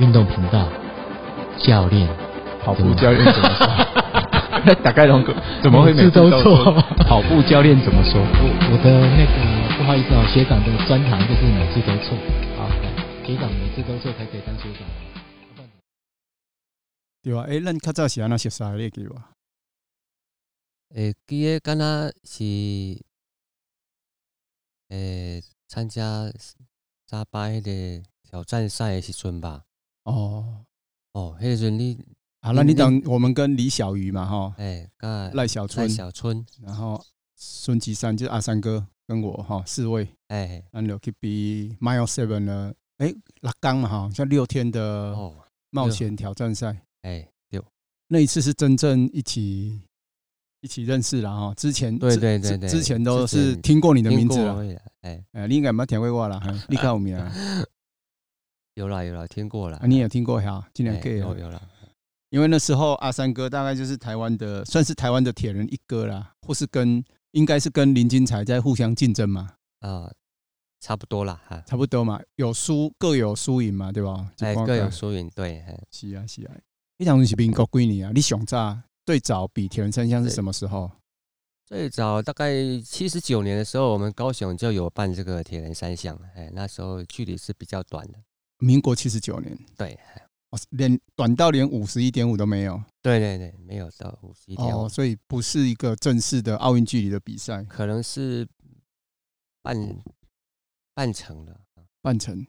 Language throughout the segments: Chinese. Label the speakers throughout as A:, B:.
A: 运动频道，教练
B: 跑步教练怎么说？打开龙哥怎么会每
A: 每次都
B: 说
A: 错
B: 跑步教练怎么说？
A: 我我的那个不好意思哦，学长的专长就是每次都错。好，学长每次都错才可以当学长。
C: 对啊，诶、咱较早是安那熟识的，你会记无？
D: 诶、记诶，敢若是诶参加沙巴迄个挑战赛诶时阵吧？
C: 哦，
D: 哦，迄个时阵你
C: 好，那你等我们跟李小鱼嘛，哈，
D: 诶，甲
C: 赖小春
D: 赖，小春，
C: 然后孙吉山就是阿三哥跟我哈四位，
D: 诶、
C: 咱就去比 Mile Seven 呢，诶、六天嘛哈，好像六天的
D: 哦，哎
C: 冒险挑战赛，
D: 诶、
C: 那一次是真正一起一起认识了哈，之前
D: 对
C: 之
D: 对对
C: 之
D: 对
C: 之前都
D: 之
C: 是
D: 前
C: 听过你的
D: 听
C: 名字啊
D: 过
C: 了，
D: 而已啦，诶、
C: 呃，你应该没听过我啦，嘿你看我名 啊，
D: 有啦有啦，听过啦，
C: 啊你也听过哈，尽量
D: 诶
C: 可以啊
D: 有有啦，
C: 因为那时候阿三哥大概就是台湾的，算是台湾的铁人一哥啦，或是跟应该是跟林金才在互相竞争嘛，
D: 啊、差不多啦哈，
C: 差不多嘛，有输各有输赢嘛，对吧？
D: 诶、
C: 就看
D: 各有
C: 看
D: 输赢，对，嘿
C: 是啊是啊，你当时是民国几年啊？你想炸最早比铁人三项是什么时候？
D: 最早大概七十九年的时候，我们高雄就有办这个铁人三项，哎，那时候距离是比较短的，
C: 民国七十九年，
D: 对，
C: 哦连短到连五十一点五都没有
D: 对对对，没有到五十一天，
C: 哦，所以不是一个正式的奥运距离的比赛，
D: 可能是半半程的，
C: 半程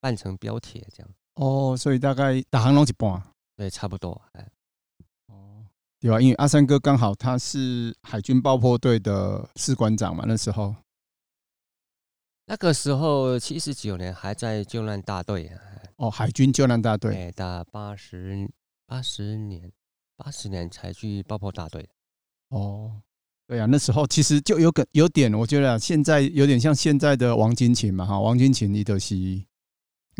D: 半程标铁这样，
C: 哦，所以大概打行拢一半。
D: 对，差不多，哎，
C: 哦，对啊，因为阿三哥刚好他是海军爆破队的士官长嘛，那时候
D: 那个时候七十九年还在救难大队，哎
C: 哦，海军救难大队，
D: 哎，打八十八十年，八十年才去爆破大队，
C: 哦，对啊，那时候其实就有个有点，我觉得啊现在有点像现在的王金琴嘛，哈，王金琴伊的是伊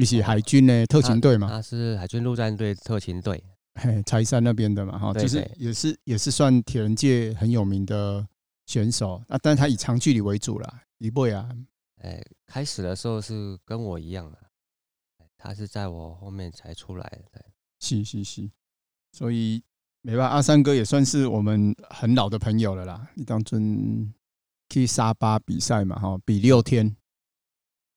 D: 哦
C: 是海军的特
D: 啊
C: 勤队嘛，
D: 他是海军陆战队特勤队，
C: 嘿，柴山那边的嘛，哈，
D: 对
C: 就是
D: 对
C: 也是也是算铁人界很有名的选手啊，但他以长距离为主啦，一辈啊，
D: 哎，开始的时候是跟我一样的，哎他是在我后面才出来的。对
C: 是是是，所以没办法，阿三哥也算是我们很老的朋友了啦。你当阵去沙巴比赛嘛，哈，比六天，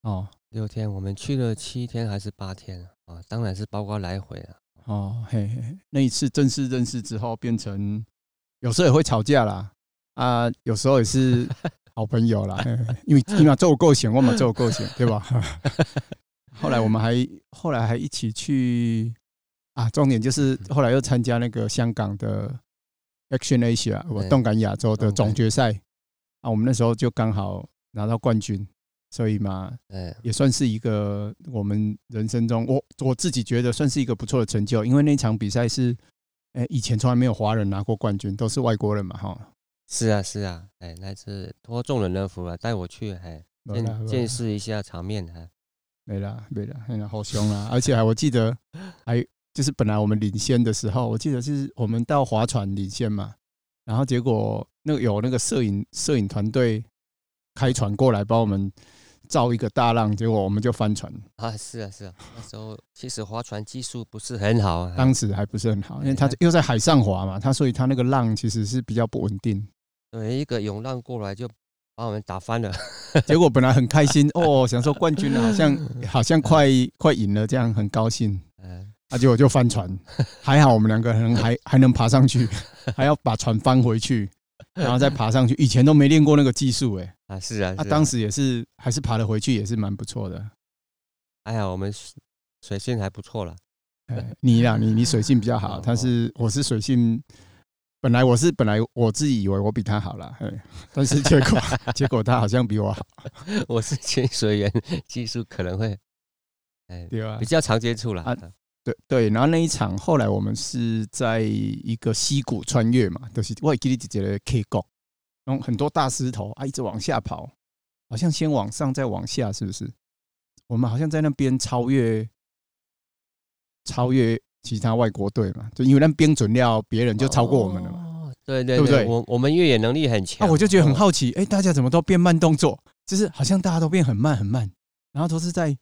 C: 哦
D: 六天，我们去了七天还是八天啊？当然是包括来回啊了。
C: 哦，嘿嘿，嘿那一次正式认识之后，变成有时候也会吵架啦，啊，有时候也 是好朋友啦，嘿嘿因为你嘛做够险，我嘛做够险，对吧？ 后来我们还后来还一起去啊，重点就是后来又参加那个香港的 Action Asia，我
D: 对
C: 动感亚洲的
D: 动感
C: 总决赛啊，我们那时候就刚好拿到冠军，所以嘛，
D: 哎，
C: 也算是一个我们人生中我我自己觉得算是一个不错的成就，因为那场比赛是，哎、以前从来没有华人拿过冠军，都是外国人嘛，哈。
D: 是啊，是啊，哎，那次托众人的福啊，带我去，哎，
C: 没啦
D: 见见识一下场面啊。
C: 没啦，没啦，哎呀，好凶啦！而且还我记得还就是本来我们领先的时候，我记得是我们到划船领先嘛，然后结果那个有那个摄影摄影团队开船过来帮我们造一个大浪，结果我们就翻船，
D: 啊，是啊，是啊，那时候其实划船技术不是很好啊，
C: 当时还不是很好，因为
D: 哎
C: 他
D: 那
C: 又在海上滑嘛，他所以他那个浪其实是比较不稳定。
D: 对，一个涌浪过来就把我们打翻了。
C: 结果本来很开心哦，想说冠军了，好像好像快快赢了，这样很高兴。
D: 嗯，
C: 啊，结果就翻船，还好我们两个人还还能爬上去，还要把船翻回去，然后再爬上去。以前都没练过那个技术，哎，
D: 啊，是啊，
C: 啊，
D: 是
C: 当时也是还是爬了回去，也是蛮不错的。
D: 哎呀，我们水水性还不错了。
C: 哎你啦，你你水性比较好，
D: 哦
C: 他是我是水性，本来我是本来我自己以为我比他好啦，哎，但是结 果结果他好像比我好，
D: 我是潜水员，技术可能会，哎，
C: 对吧
D: 比？较常接触了。
C: 啊
D: 啊
C: 对对，然后那一场后来我们是在一个溪谷穿越嘛，就是我也记得姐姐的 K 谷，然后很多大石头啊，一直往下跑，好像先往上再往下，是不是？我们好像在那边超越超越其他外国队嘛，就因为那边准料别人就超过我们了嘛。
D: 嘛。哦对对
C: 对不对
D: 我我们越野能力很强。
C: 啊，我就觉得很
D: 哦。
C: 好奇，哎、大家怎么都变慢动作？就是好像大家都变很慢很慢，然后都是在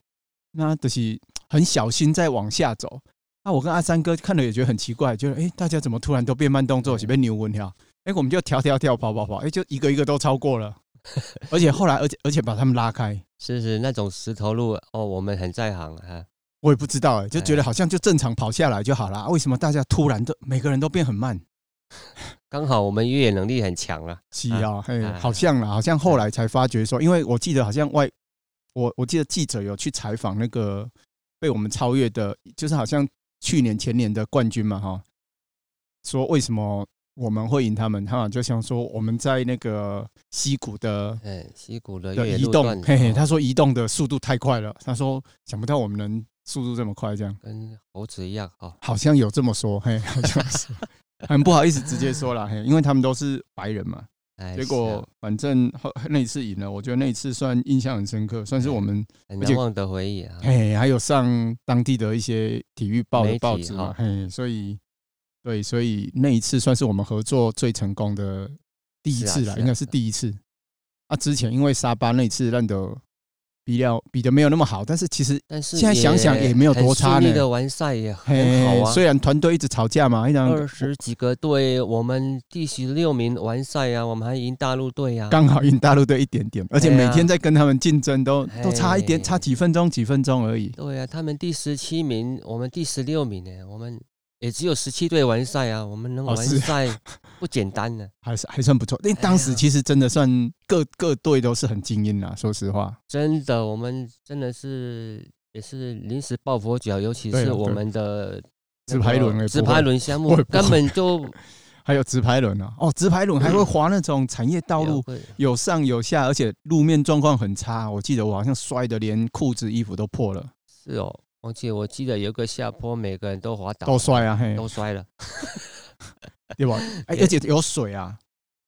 C: 那都是很小心在往下走。啊，我跟阿三哥看了也觉得很奇怪，就是哎、诶大家怎么突然都变慢动作，随便扭文呀？哎、我们就跳跳跳，跑跑跑，哎、就一个一个都超过了，而且后来，而且而且把他们拉开，
D: 是是那种石头路哦，我们很在行啊。
C: 我也不知道、哎，就觉得好像就正常跑下来就好了。啊为什么大家突然都每个人都变很慢？
D: 刚好我们越野能力很强了，
C: 是
D: 啊
C: 啊，嘿，
D: 啊
C: 好像啦，好像后来才发觉说，因为我记得好像外，我我记得记者有去采访那个被我们超越的，就是好像去年前年的冠军嘛，哈，说为什么我们会赢他们，哈，就像说我们在那个溪谷的
D: 哎，溪谷的
C: 的
D: 越野
C: 移
D: 路
C: 动
D: 段，，
C: 嘿嘿，
D: 哦
C: 他说移动的速度太快了，他说想不到我们能速度这么快，这样
D: 跟猴子一样哦，
C: 好像有这么说，嘿，好像 是，很不好意思直接说了，嘿，因为他们都是白人嘛。
D: 哎，
C: 结
D: 是
C: 果反正后那一次赢了，我觉得那一次算印象很深刻，算是我们
D: 啊很
C: 而且
D: 难忘的回忆啊。
C: 嘿还有上当地的一些体育报的报纸嘛，
D: 媒
C: 嘿，所以对，所以那一次算是我们合作最成功的第一次了，
D: 是啊是啊
C: 应该是第一次。啊，之前因为沙巴那一次烂得比较比的没有那么好，但是其实
D: 但是
C: 现在想想也没有多差呢
D: 很顺利的完赛也很好
C: 嘿，
D: 啊。
C: 虽然团队一直吵架嘛，一
D: 二
C: 张
D: 十几个队，我们第十六名完赛啊，我们还赢大陆队啊。
C: 刚好赢大陆队一点点，而且
D: 对
C: 每
D: 啊
C: 天在跟他们竞争都都差一点，
D: 嘿
C: 差几分钟几分钟而已。
D: 对啊，他们第十七名，我们第十六名呢，我们也只有十七队完赛啊，我们能
C: 哦
D: 完
C: 是
D: 赛不简单呢、
C: 还是还算不错。因为当
D: 哎
C: 时
D: 呀
C: 其实真的算各各队都是很精英啦，说实话，
D: 真的，我们真的是也是临时抱佛脚，尤其
C: 对啊
D: 是
C: 对
D: 我们的呃
C: 直排轮也不会
D: 直排轮项目
C: 我也不会
D: 根本就
C: 还有直排轮啊，哦，直排轮还会
D: 嗯
C: 滑那种产业 道路，
D: 会
C: 有上有下，而且路面状况很差。我记得我好像摔的连裤子衣服都破了，
D: 是哦，而且我记得有个下坡，每个人都滑倒，
C: 都摔啊，嘿，
D: 都摔了，
C: 对吧？哎，
D: 对
C: 而且有水啊，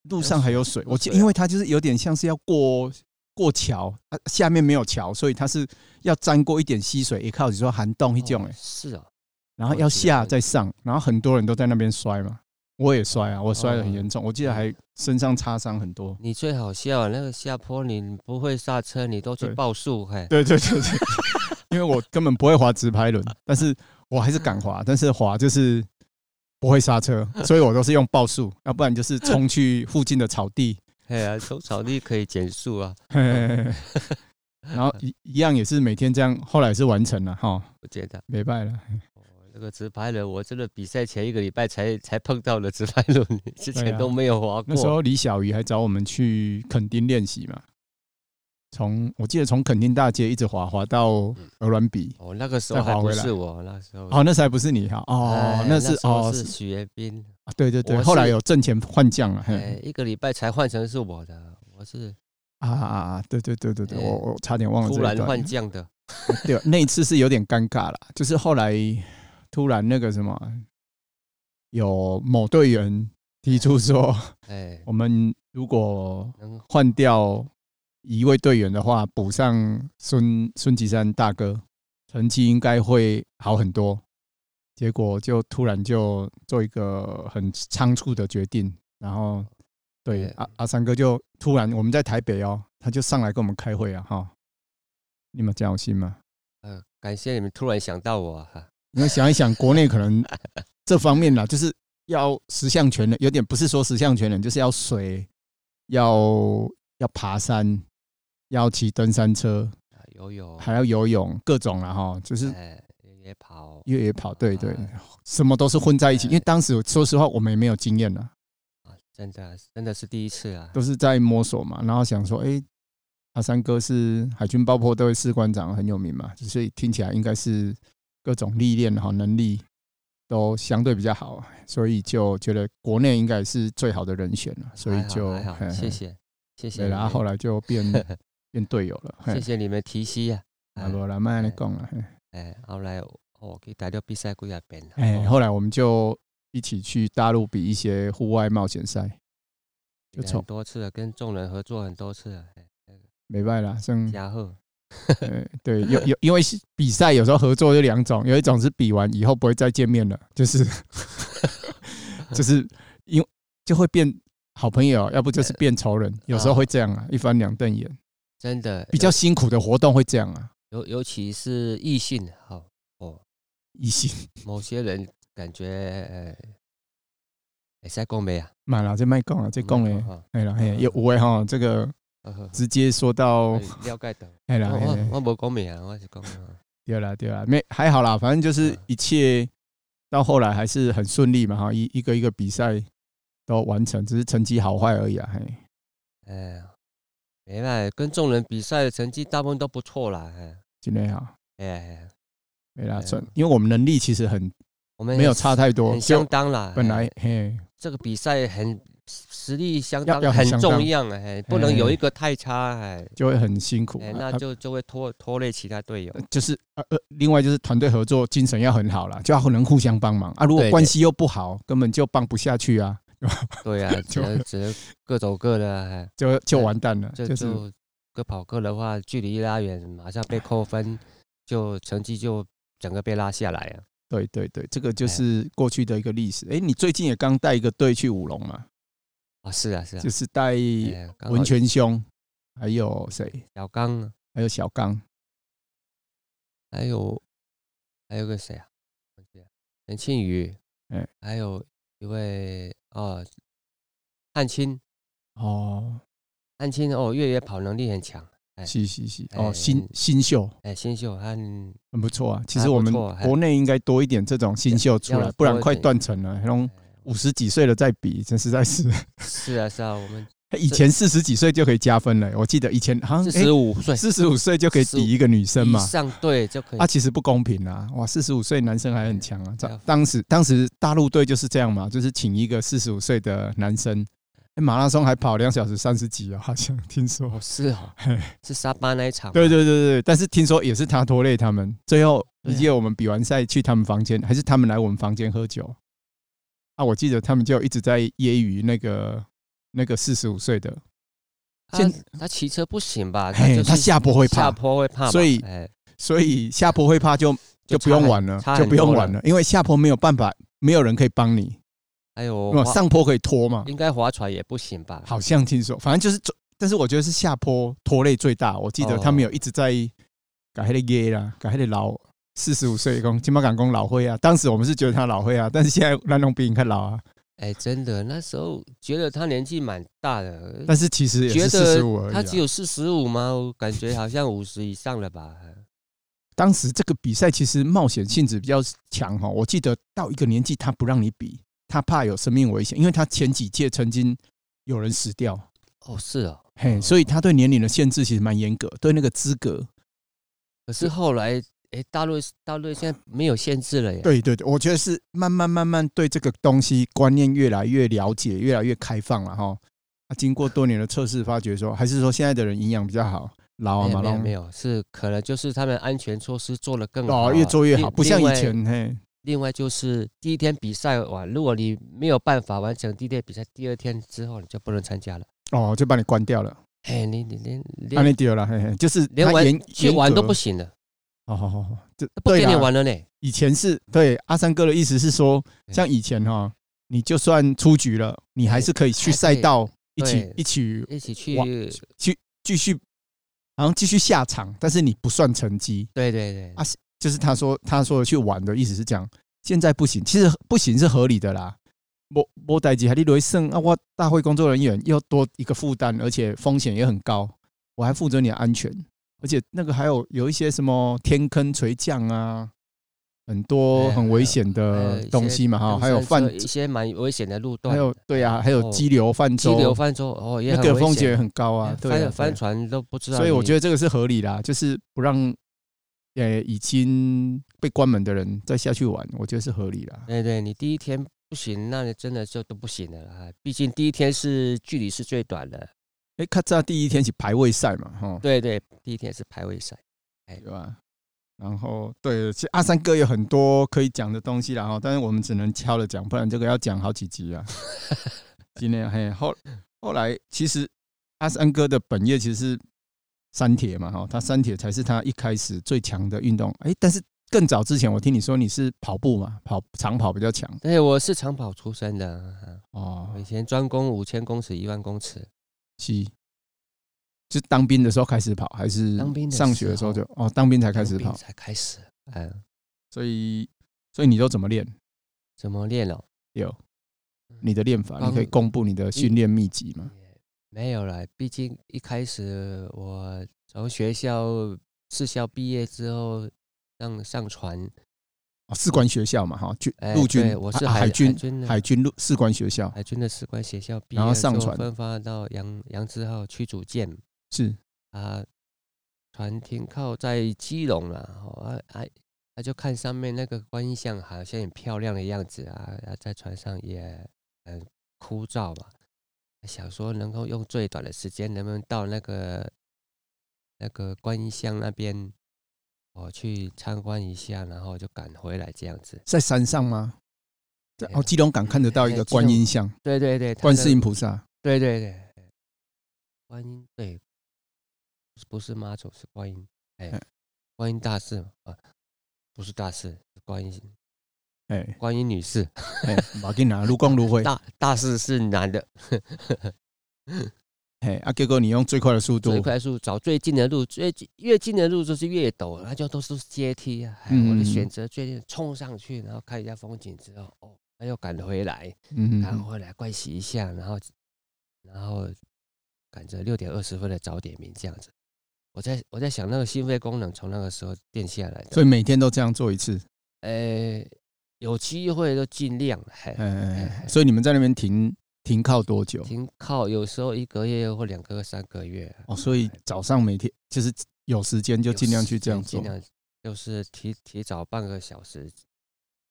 C: 路上还有水。
D: 有水
C: 我记，
D: 有水啊
C: 因为它就是有点像是要过。过桥，啊下面没有桥，所以它是要沾过一点溪水，也靠你说涵洞一种
D: 哦
C: 哎、
D: 是啊哦，
C: 然后要下再上，然后很多人都在那边摔嘛，我也摔啊，我摔得很
D: 哦
C: 严重，我记得还身上擦伤很多。
D: 你最好笑啊，那个下坡你不会刹车，你都去
C: 对
D: 报数， 嘿，
C: 对对对对，因为我根本不会滑直排轮，但是我还是敢滑，但是滑就是不会刹车，所以我都是用爆速，要不然就是冲去附近的草地，
D: 嘿啊，从草地可以减速啊，
C: 嘿嘿嘿嘿然后一一样也是每天这样，后来是完成了哈，
D: 我觉得。哦
C: 没败了。
D: 那个直排轮，我真的比赛前一个礼拜才才碰到了直排轮， 之前都没有滑
C: 啊那时
D: 过。
C: 候李小鱼还找我们去垦丁练习嘛，从我记得从垦丁大街一直滑滑到
D: 嗯
C: 鹅銮比。
D: 哦，那个时候还不是我，那时候
C: 哦，那时候还不是你哈，哦
D: 嗯哎，
C: 那
D: 时
C: 是
D: 候
C: 哦，
D: 是
C: 是
D: 许彦 斌，
C: 啊对对对，
D: 我
C: 后来
D: 是
C: 有挣钱换将了，嘿
D: 哎，一个礼拜才换成是我的，我是
C: 啊啊啊，对对对对对，
D: 哎
C: 我我差点忘了这
D: 突
C: 一
D: 然
C: 段
D: 换将的。
C: 对，那一次是有点尴尬啦，就是后来突然那个什么，有某队员提出说，
D: 哎，
C: 我们如果
D: 能
C: 换掉一位队员的话，补上孙孙吉山大哥，成绩应该会好很多。结果就突然就做一个很仓促的决定，然后对
D: 对
C: 阿阿三哥就突然我们在台北哦，他就上来跟我们开会啊哈，你们讲有心吗？
D: 呃，感谢你们突然想到我啊哈。
C: 因为想一想，国内可 能这方面啦，就是要十项全能，有点不是说十项全能，就是要水，要要爬山，要骑登山车，
D: 啊游泳，
C: 还要游泳，各种啦哈，就是
D: 哎，越野跑，
C: 越野跑，对对
D: 哎，
C: 什么都是混在一起。
D: 哎
C: 因为当时说实话，我们也没有经验啦，
D: 啊真的真的是第一次啊。
C: 都是在摸索嘛，然后想说，哎，阿三哥是海军爆破队士官长，很有名嘛，所以听起来应该是各种历练哈能力都相对比较好，所以就觉得国内应该是最好的人选了，所以
D: 还好
C: 就
D: 还好
C: 嘿，
D: 谢
C: 嘿
D: 谢谢谢
C: 对
D: 你
C: 啦，然后后
D: 们，
C: 来就变 变队友了，
D: 谢谢你们提携啊。
C: 阿罗拉曼来讲了，嘿
D: 哎，后来我我去打掉比赛几啊遍啦。
C: 哎，
D: 哦
C: 后来我们就一起去大陆比一些户外冒险赛，就
D: 也
C: 从
D: 很多次了，跟众人合作很多次了。哎
C: 没办啦，剩
D: 嘉贺，
C: 对对，有有，因为是比赛有时候合作有两种，有一种是比完以后不会再见面了，就是 就是因为就会变好朋友，要不就是变仇人，有时候会这样啊，一翻两瞪眼，
D: 真的
C: 比较辛苦的活动会这样啊，
D: 尤尤其是异性，好、哦
C: 疑心，
D: 某些人感觉呃，会使讲袂啊，
C: 买了就卖讲了，这讲
D: 嗯
C: 嘞，
D: 好
C: 哎啦，哎，有有诶吼，这个
D: 好好
C: 直接说到，
D: 好哦了解到。
C: 哦 哎啦，
D: 我
C: 哎啦
D: 我我无讲名，我是讲啊
C: 对啦对啦，没还好啦，反正就是一切到后来还是很顺利嘛哈，一一个一个比赛都完成，只是成绩好坏而已啊，嘿，
D: 哎，没办法，跟众人比赛的成绩大部分都不错啦。哎
C: 今天好，
D: 哎哎，
C: 没啦，
D: 哎
C: 算，因为我们能力其实很
D: 我们
C: 没有差太多，
D: 很相
C: 就
D: 当啦。
C: 本
D: 哎
C: 来嘿，
D: 这个比赛很实力相
C: 要
D: 当，
C: 要很
D: 很
C: 相当
D: 重要哎，不能有一个太差哎，
C: 就会很辛苦
D: 哎，
C: 啊，
D: 那
C: 啊
D: 就就会拖拖累其他 队友。
C: 就是呃呃，另外就是团队合作精神要很好啦，就要能互相帮忙啊。如果
D: 对
C: 关系又不好，根本就帮不下去啊，
D: 对啊，只
C: 就
D: 能只能各走各的啊，哎
C: 就就完蛋了。
D: 这
C: 就是
D: 就各跑各的话，距离一拉远，马上被扣分，就成绩就整个被拉下来啊。
C: 对对对，这个
D: 哎
C: 就是过去的一个历史。哎，你最近也刚带一个队去舞龙嘛，
D: 啊，是啊，是啊
C: 就，是带
D: 哎刚好
C: 文泉兄，还有谁，
D: 小刚啊，
C: 还有小刚，
D: 还有还有个谁啊？忘记了陈庆宇，
C: 哎，
D: 还有一位哦，汉卿，
C: 哦，越
D: 汉卿哦，越野跑能力很强，哎
C: 是是是，哦，
D: 哎
C: 新新秀
D: 哎，新秀和
C: 很不错啊。其
D: 还
C: 实
D: 不
C: 我们
D: 错还
C: 国内应该多一点这种新秀出
D: 要
C: 来
D: 要，
C: 不然
D: 多一
C: 快
D: 点
C: 断层了。那种五十几岁了再比，真实在 是。
D: 哎是啊是啊，我们
C: 以前四十几岁就可以加分了，我记得以前好像
D: 四十五岁
C: 嗯四十五岁就可以比一个女生
D: 以
C: 嘛，
D: 上队就可以
C: 啊，其实不公平啊！哇，四十五岁男生还很强啊！
D: 哎
C: 当
D: 要
C: 当时当时大陆队就是这样嘛，就是请一个四十五岁的男生，哎马拉松还跑两小时三十几啊，好像听说。
D: 哦是哦
C: 嘿，
D: 是沙巴那一场
C: 对对对对，但是听说也是他拖累他们，最后
D: 对
C: 你
D: 啊
C: 记得我们比完赛去他们房间，还是他们来我们房间喝酒？啊，我记得他们就一直在揶揄那个 那个四十五岁的，
D: 他
C: 现
D: 啊他骑车不行吧？他
C: 嘿，
D: 就是
C: 他下坡会怕
D: 下，坡会怕嘛，
C: 所以
D: 哎
C: 所以下坡会怕就就
D: 就
C: 不用
D: 差很
C: 玩了
D: 差，
C: 就
D: 很
C: 不用
D: 多
C: 玩
D: 了
C: 了，因为下坡没有办法，没有人可以帮你，
D: 还有
C: 那
D: 哎划
C: 上坡可以拖嘛。
D: 应该划船也不行吧？
C: 好像听说，反正就是走，但是我觉得是下坡拖累最大。我记得
D: 哦
C: 他们有一直在改黑的耶啦，改黑的老四十五岁公金马港公老灰啊。当时我们是觉得他老灰啊，但是现在蓝龙比你看老啊。
D: 哎，真的那时候觉得他年纪蛮大的，
C: 但是其实也
D: 觉
C: 是四十五
D: 得
C: 而已、
D: 他
C: 啊。
D: 只有四十五吗？我感觉好像五十以上了 吧？
C: 当时这个比赛其实冒险性质比较强哈、哦。我记得到一个年纪他不让你比，他怕有生命危险，因为他前几届曾经有人死掉，
D: 哦，是哦。
C: 嘿，
D: 哦
C: 所以他对年龄的限制其实蛮严格，对那个资格
D: 可是后来，哎，大陆大陆现在没有限制了耶。
C: 对对对，我觉得是慢慢慢慢对这个东西观念越来越了解，越来越开放了哈。啊，经过多年的测试，发觉说，还是说现在的人营养比较好，老啊
D: 哎没有
C: 马
D: 没有没
C: 龙
D: 有，是可能就是他们安全措施做得更好
C: 哦，
D: 啊，
C: 越做越
D: 另
C: 好，不像
D: 另
C: 以
D: 外
C: 前嘿，
D: 另外就是第一天比赛完，如果你没有办法完成第一天比赛，第二天之后你就不能参加了。
C: 哦，就把你关掉了，
D: 哎，你你连
C: 那
D: 连
C: 啊你丢了，嘿嘿，就是
D: 连
C: 他
D: 玩
C: 严
D: 去玩都不，
C: 严
D: 行了，
C: 格哦好好好，这
D: 不
C: 对
D: 给你
C: 啦
D: 玩了呢。哎
C: 以前是对阿三哥的意思是说，
D: 对
C: 像以前哈、你就算出局了，你还是可以去
D: 还可
C: 赛
D: 以
C: 道一起
D: 对
C: 一起
D: 一起去，
C: 玩继续，好像继续下场，但是你不算成绩。
D: 对对对，
C: 啊
D: 哎
C: 就是他说他说去玩的意思是讲现在不行，其实不行是合理的啦。我我代级还利雷胜啊，我大会工作人员又多一个负担，而且风险也很高，我还负责你的安全，而且那个还有有一些什么天坑垂降啊，很多
D: 哎
C: 很危险
D: 还有
C: 的
D: 一些
C: 呃东西嘛哈，
D: 登
C: 还有
D: 山
C: 泛
D: 车，一些蛮危险的路段，
C: 还有对啊，还有
D: 哦
C: 激流泛
D: 激流
C: 舟，
D: 泛舟哦，也
C: 那
D: 很
C: 个
D: 危
C: 风险也
D: 险
C: 很高
D: 哎
C: 啊，对啊对啊
D: 翻翻船都不知道你。
C: 所以我觉得这个是合理啦，就是不让呃已经被关门的人再下去玩，我觉得是合理啊啦。
D: 对哎对，你第一天不行，那你真的就都不行了啊！毕竟第一天是距离是最短的，
C: 哎，咔嚓，第一天是排位赛嘛，哈，
D: 对对，第一天是排位赛，
C: 对吧？然后对，其实阿三哥有很多可以讲的东西啦，哈，但是我们只能挑了讲，不然这个要讲好几集啊。今天嘿 后后来，其实阿三哥的本业其实是山铁嘛，哈，他山铁才是他一开始最强的运动。哎，但是更早之前，我听你说你是跑步嘛，跑长跑比较强
D: 对，我是长跑出身的，啊
C: 哦
D: 我以前专攻五千公尺、一万公尺，
C: 是，是当兵的时候开始跑，还是
D: 当兵的
C: 上学的时候
D: 时
C: 就哦，当兵才开
D: 当
C: 始
D: 兵
C: 跑，
D: 才开始，嗯，
C: 所以所以你都怎么练？
D: 怎么练哦？
C: 有
D: 嗯
C: 你的练法，
D: 帮
C: 你可以公布你的训练秘籍吗？
D: 嗯没有啦，毕竟一开始我从学校四校毕业之后，上上船，
C: 哦，士官学校嘛，哈，军
D: 哎
C: 陆
D: 对
C: 军、啊
D: 我是
C: 海
D: 海
C: 军、
D: 的哎
C: 海军陆士官学校
D: 海军的士官学校毕业，
C: 然后上船
D: 分发到杨杨志浩驱逐舰
C: 是
D: 啊，船停靠在基隆了，哦啊啊，他就看上面那个观音像好像很漂亮的样子啊，啊在船上也很枯燥嘛，想说能够用最短的时间，能不能到那个那个观音像那边，我、哦、去参观一下，然后就赶回来这样子。
C: 在山上吗？在
D: 没有
C: 哦，基隆港看得到一
D: 哎
C: 个
D: 基
C: 观
D: 隆
C: 音像，
D: 对对对，它
C: 观
D: 那
C: 世音菩萨，
D: 对对对，观音对，不是不是妈祖是观音，哎、
C: 哎
D: 观音大士嘛啊，不是大士，是观音
C: 哎
D: 观音女士，
C: 哎，马给拿如光如辉，
D: 大大士是男的，
C: 哎啊，结果你用最快的速
D: 最
C: 度，
D: 快速找最近的路，最近越近的路就是越陡，那就都是阶梯啊。哎我
C: 嗯嗯
D: 的
C: 嗯
D: 选择最近冲上去，然后看一下风景之后，哦，那又赶回来，
C: 嗯
D: 赶回来盥洗一下，然后然后赶着六点二十分的早点名这样子。我在我在想那个心肺功能从那个时候练下来的，
C: 所以每天都这样做一次，
D: 呃，有机会就尽量嘿，
C: 哎，所以你们在那边停停靠多久？
D: 停靠有时候一个月或两个月、三个月啊，
C: 哦，所以早上每天就是有时间就
D: 有
C: 尽量
D: 时
C: 去这样做
D: 间尽，量就是提提早半个小时，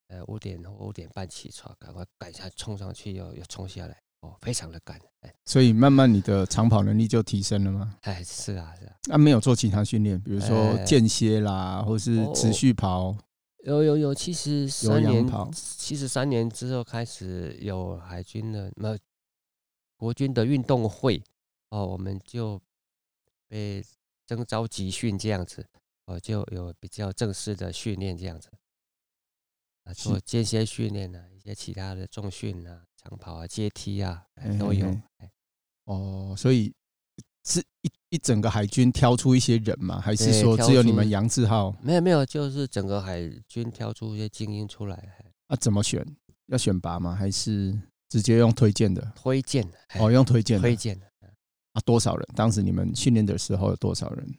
D: 呃，五点或五点半起床，赶快赶一下冲上去又又冲下来，哦，非常的赶，哎
C: 所以慢慢你的长跑能力就提升了吗？
D: 哎 是啊是啊，
C: 啊，没有做其他训练，比如说
D: 哎
C: 间歇啦，或
D: 哦
C: 是持续跑，
D: 有有有，其实
C: 有
D: 三
C: 氧
D: 年
C: 跑，
D: 七十三年之后开始有海军的，没有国军的运动会哦，我们就被征召集训这样子，哦，就有比较正式的训练这样子，啊，
C: 是
D: 做间歇训练啊，一些其他的重训啊、长跑啊、阶梯啊哎都
C: 哎
D: 有
C: 哎。哦，所以是一一整个海军挑出一些人嘛，还是
D: 对
C: 说
D: 挑
C: 只有你
D: 出
C: 们杨志浩
D: 没有没有，就是整个海军挑出一些精英出来哎
C: 啊？怎么选？要选拔吗？还是直接用推荐的？
D: 推荐，哎
C: 哦，用推荐的
D: 推荐。哎
C: 啊？多少人？当时你们训练的时候有多少人？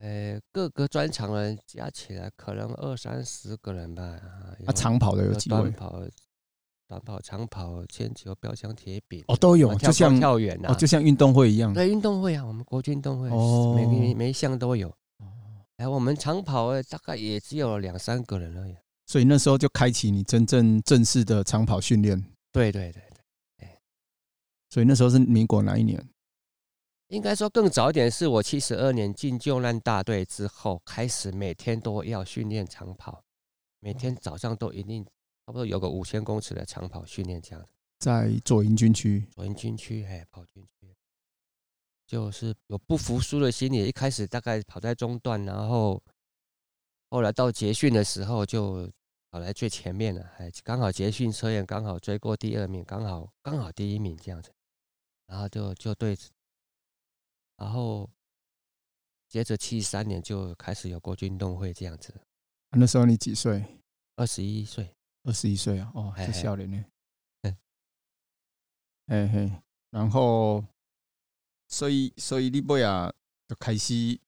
D: 呃，各个专场人加起来可能二三十个人吧。啊，有
C: 啊，长跑的有
D: 有
C: 几
D: 短
C: 位？
D: 跑、短跑、长跑、铅球、标枪、铁饼
C: 哦，都有，
D: 啊
C: 就
D: 跳
C: 像
D: 高跳远啊，
C: 哦，就像运动会一样。
D: 对运动会啊，我们国军运动会，
C: 哦
D: 每个每一项都有。
C: 哦
D: 哎，我们长跑呃大概也只有两三个人而已。
C: 所以那时候就开启你真正正式的长跑训练。
D: 对对对对，
C: 所以那时候是民国哪一年？
D: 应该说更早一点，是我七十二年进救难大队之后，开始每天都要训练长跑，每天早上都一定差不多有个五千公尺的长跑训练这样。
C: 在左营军区。
D: 左营军区，哎，跑军区，就是有不服输的心理。一开始大概跑在中段，然后后来到捷训的时候就跑来最前面了，哎，刚好捷训车员刚好追过第二名，刚好刚好第一名这样子，然后就就对，然后接着七三年就开始有国军运动会这样子，
C: 啊那时候你几岁？
D: 二十一岁，
C: 二十一岁啊，哦，
D: 嘿
C: 这
D: 嘿
C: 笑脸呢
D: 嗯。
C: 嘿嘿，然后，所以所以你尾啊，就开始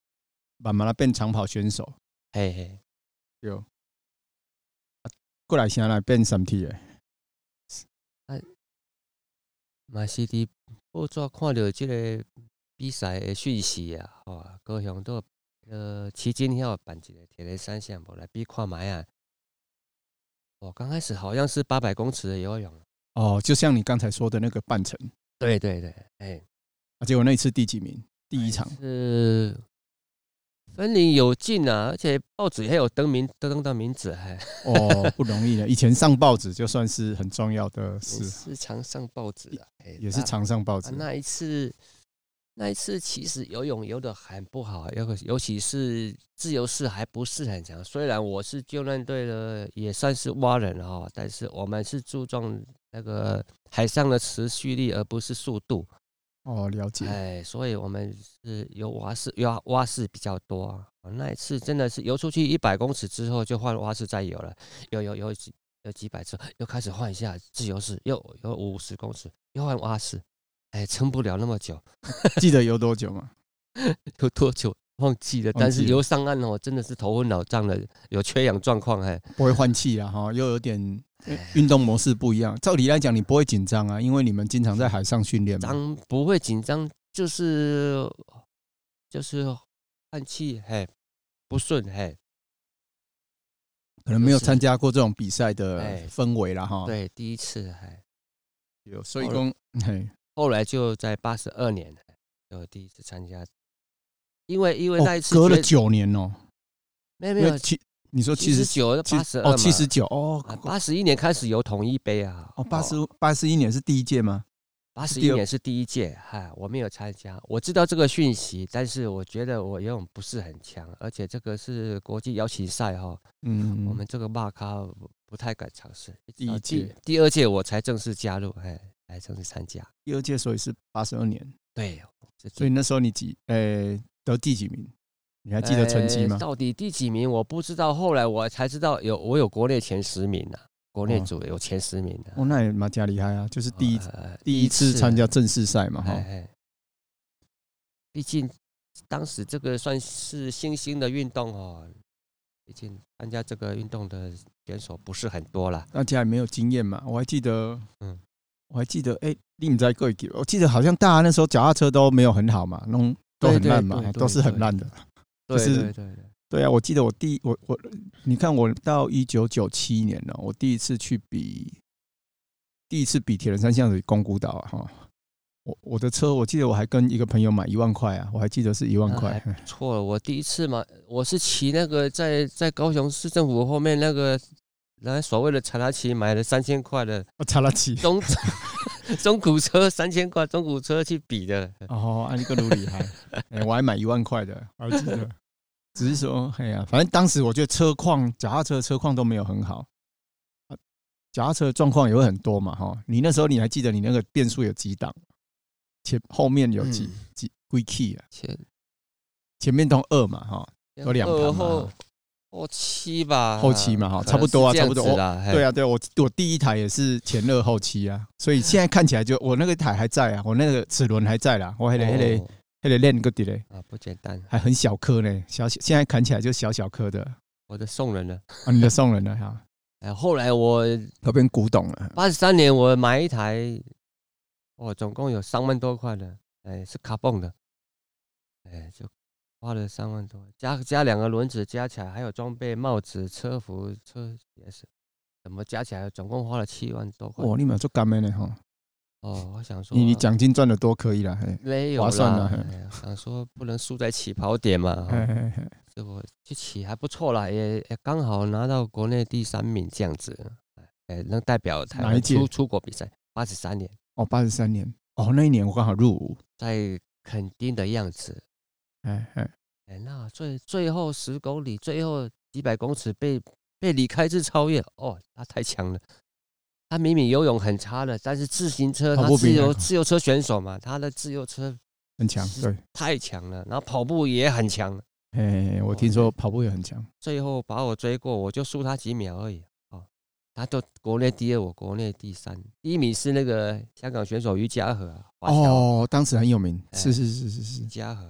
C: 慢慢啊变长跑选手，
D: 嘿嘿，
C: 对。啊，过来先来变三 T 的，
D: 嘛是伫报纸看到即个比赛的讯息啊，吼、高雄都有呃旗津遐有办一个铁人三项，无来比看卖啊。我、刚开始好像是八百公尺的游泳，啊
C: 哦，就像你刚才说的那个半程，
D: 对对对，哎、
C: 啊，结果那一次第几名？第一场
D: 是分龄有进啊，而且报纸还有登名登到名字，啊还、
C: 哦，不容易的。以前上报纸就算是很重要的事，
D: 是啊常上报纸啊，哎
C: 也是
D: 那
C: 常上报
D: 啊
C: 纸。
D: 那一次，那一次其实游泳游的很不好，尤尤其是自由式还不是很强。虽然我是救难队的，也算是蛙人哈、哦，但是我们是注重那个海上的持续力，而不是速度。
C: 哦，了解。
D: 哎哎，所以我们是游蛙式，游蛙式比较多啊。哦那一次真的是游出去一百公尺之后，就换蛙式再游了，游游游几游几百次，又开始换一下自由式，又游五十公尺，又换蛙式，哎，撑不了那么久，
C: 记得游多久吗？
D: 有多久忘记了？
C: 忘
D: 但是
C: 记了
D: 游上岸哦，真的是头昏脑胀的，有缺氧状况，哎，
C: 不会换气啊，哈，又有点因为运动模式不一样。照理来讲，你不会紧张啊，因为你们经常在海上训练嘛。
D: 张不会紧张，就是就是换气，嘿，不顺，嘿，
C: 可能没有
D: 就是
C: 参加过这种比赛的
D: 哎
C: 氛围啦，哈。，
D: 对，第一次，嘿，
C: 有所以说，嘿，
D: 后来就在八十二年，有第一次参加，因为因为那一
C: 哦，
D: 次
C: 隔了
D: 觉得
C: 九年哦，
D: 没有没
C: 因为
D: 有
C: 七，你说七
D: 七十
C: 十
D: 九八十二啊
C: 哦，七十九哦，
D: 八十一年开始游统一杯啊，
C: 哦，八十八十一年是第一届吗？
D: 八十
C: 第
D: 一
C: 二
D: 年是第一届，嗨，我没有参加，我知道这个讯息，但是我觉得我游泳不是很强，而且这个是国际邀请赛哈、
C: 嗯，
D: 我们这个骂咖不不太敢尝试。一直
C: 第
D: 到
C: 一届
D: 第二届我才正式加入，哎，才正式参加。
C: 第二届所以是八十二年，
D: 对，是
C: 所以那时候你几呃得第几名？你还记得成绩吗
D: 呃？到底第几名我不知道，后来我才知道有我有国内前十名啊，国内
C: 哦
D: 组有前十名的、啊
C: 哦，那也蛮加厉害啊，就是第一
D: 呃
C: 第一次参加哦正式赛嘛，哈，
D: 哎哎，毕竟当时这个算是新兴的运动哦，毕竟参加这个运动的选手不是很多啦。
C: 大家也没有经验嘛。我还记得，嗯
D: 嗯，
C: 我还记得，哎，你们在各级，我记得好像大家那时候脚踏车都没有很好嘛，弄都很烂嘛
D: 对对，对
C: 都是很
D: 对
C: 烂的。
D: 对
C: 就是
D: 对对对，
C: 对啊，我记得我第一我我，你看我到一九九七年了，我第一次去比，第一次比铁人三项的宫古岛啊哈。我我的车，我记得我还跟一个朋友买一万块啊，我还记得是一万块。
D: 错了，我第一次嘛，我是骑那个在在高雄市政府后面那个，那所谓的查拉奇买了三千块的
C: 我查拉 奇
D: 中 中古车，三千块中古车去比的。
C: 哦，安利格鲁里还，哎我还买一万块的，我还记得。只是说，哎呀，反正当时我觉得车况，脚踏车车况都没有很好，啊脚踏车状况也会很多嘛，哈。你那时候你还记得你那个变速有几档，前后面有几、
D: 嗯
C: 几归 key 啊？
D: 前
C: 前面都二嘛，哈，有两盘
D: 二
C: 嘛
D: 后后期吧，
C: 后期嘛哈
D: 可能
C: 差不多啊
D: 是这
C: 差
D: 样
C: 不多
D: 子啦。嘿
C: 对，啊，对啊，我我第一台也是前二后七啊，所以现在看起来就我那个台还在啊，我那个齿轮还在啦，我还得还得
D: 哦
C: 还得练个底嘞，
D: 啊，不简单，
C: 还很小颗呢，小小现在看起来就小小颗的
D: 我的送人了。
C: 啊，你的送人了哈、
D: 哎，后来我
C: 都变古董了。
D: 八十三年我买一台，我总共有三万多块的，哎，是卡蹦的，哎，就花了三万多，加加两个轮子加起来，还有装备、帽子、车服、车也是，怎么加起来总共花了七万多块？
C: 哇，你们做干妹呢哈？
D: 哦，我想说，
C: 你你奖金赚的多可以了，嘿，
D: 没有
C: 划算哎
D: 啦
C: 啊嘿
D: 哎想说不能输在起跑点嘛， 哦
C: 嘿嘿嘿
D: 结果去骑还不错啦，也也刚好拿到国内第三名这样子，哎，能代表台
C: 哪
D: 湾
C: 一届
D: 出出国比赛，八十三年。
C: 哦，八十三年，哦，那一年我刚好入伍，
D: 在垦丁的样子。
C: 哎哎，
D: 哎，那最最后十公里，最后几百公尺被被李开智超越，哦，他太强了。他明明游泳很差的，但是自行车
C: 跑
D: 他
C: 步
D: 自
C: 比那
D: 由
C: 个
D: 自由车选手嘛，他的自由车
C: 很强，对，
D: 太强了，然后跑步也很强，
C: 哎，我听说跑步也很强，
D: 最后把我追过，我就输他几秒而已。哦，他就国内第二，我国内第三，第一名是那个香港选手于嘉禾，啊华侨
C: 哦，当时很有名，
D: 哎
C: 是是是是是，
D: 嘉禾。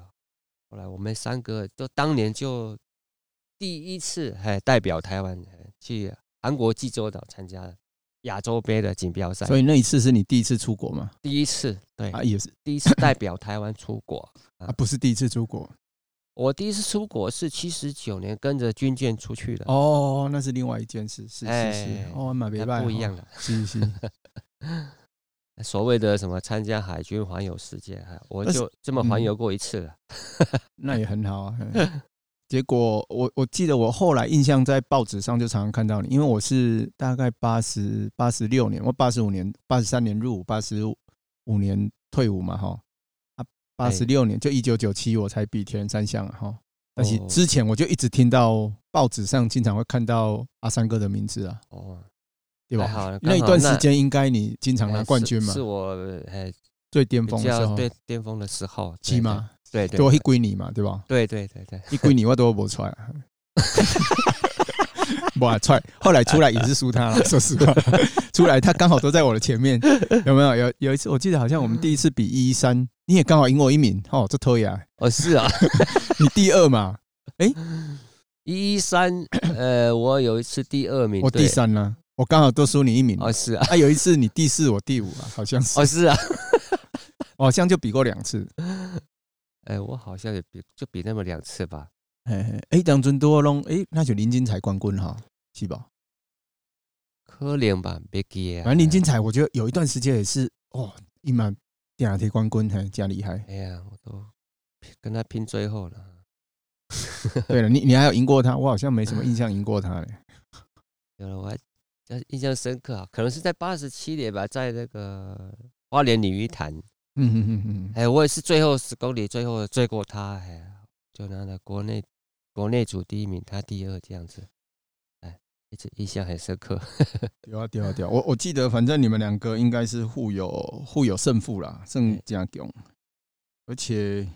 D: 后来我们三个就当年就第一次还代表台湾哎去韩国济州岛参加亚洲杯的锦标赛，
C: 所以那一次是你第一次出国嘛？
D: 第一次对，
C: 啊，也是
D: 第一次代表台湾出国。
C: 啊，不是第一次出国，
D: 我第一次出国是七十九年跟着军舰出去的，
C: 哦，那是另外一件事，是是是
D: 哎，
C: 哦，买别
D: 那
C: 拜
D: 不一样，的。
C: 哦是是，
D: 所谓的什么参加海军环游世界，哎我
C: 但是
D: 就这么环
C: 嗯
D: 游过一次了。
C: 那也很好啊。嘿结果我我记得我后来印象在报纸上就常常看到你，因为我是大概八十八十六年，我八十五年、八十三年入伍，八十五年退伍嘛，哈啊，八
D: 哎
C: 十六年就一九九七我才比铁人三项啊，哈。但是
D: 哦
C: 之前我就一直听到报纸上经常会看到阿三哥的名字啊，
D: 哦，
C: 对
D: 还好
C: 吧
D: 了？
C: 那一
D: 刚好
C: 段
D: 那
C: 时间应该你经常
D: 哎
C: 拿
D: 是
C: 冠军嘛
D: 是，我哎
C: 最巅
D: 比
C: 峰的时
D: 较
C: 候，
D: 对巅峰的时候，对
C: 是？吗？
D: 对对
C: 对我啊迄几年嘛，对吧？
D: 对对对对，
C: 迄几年我都无出来， 无出来。后来出来也是输他 了，说实话，出来他刚好都在我的前面，有没有？有有一次我记得好像我们第一次比一三，你也刚好赢我一名，哦，这偷呀，
D: 哦是啊，
C: 你第二嘛，
D: 一三，呃，我有一次第二名，
C: 我哦第
D: 对，
C: 三呢、我刚好都输你一名。
D: 哎哦是啊，
C: 啊，有一次你第四，我第五啊，好像是，
D: 哦是啊，
C: 我好像就比过两次。
D: 哎，我好像也比就比那么两次吧，
C: 哎哎，当阵多拢哎，那就林金才冠军哈，是吧？
D: 可怜吧，别记啊，
C: 反正林金才，我觉得有一段时间也是哦，一满电脑铁冠军，还加厉害。
D: 哎呀，我都跟他拼最后了。
C: 对了，你你还有赢过他，我好像没什么印象赢过他嘞。
D: 有了，我还印象深刻啊，可能是在八十七年吧，在那个花莲鲤鱼潭，
C: 嗯嗯嗯嗯，
D: 哎，我也是最后十公里最后追过他，哎，就拿了国内国内组第一名，他第二这样子，哎，一直印象很深刻。
C: 对啊对啊对啊，我我记得，反正你们两个应该是互有互有胜负啦，胜加强。而且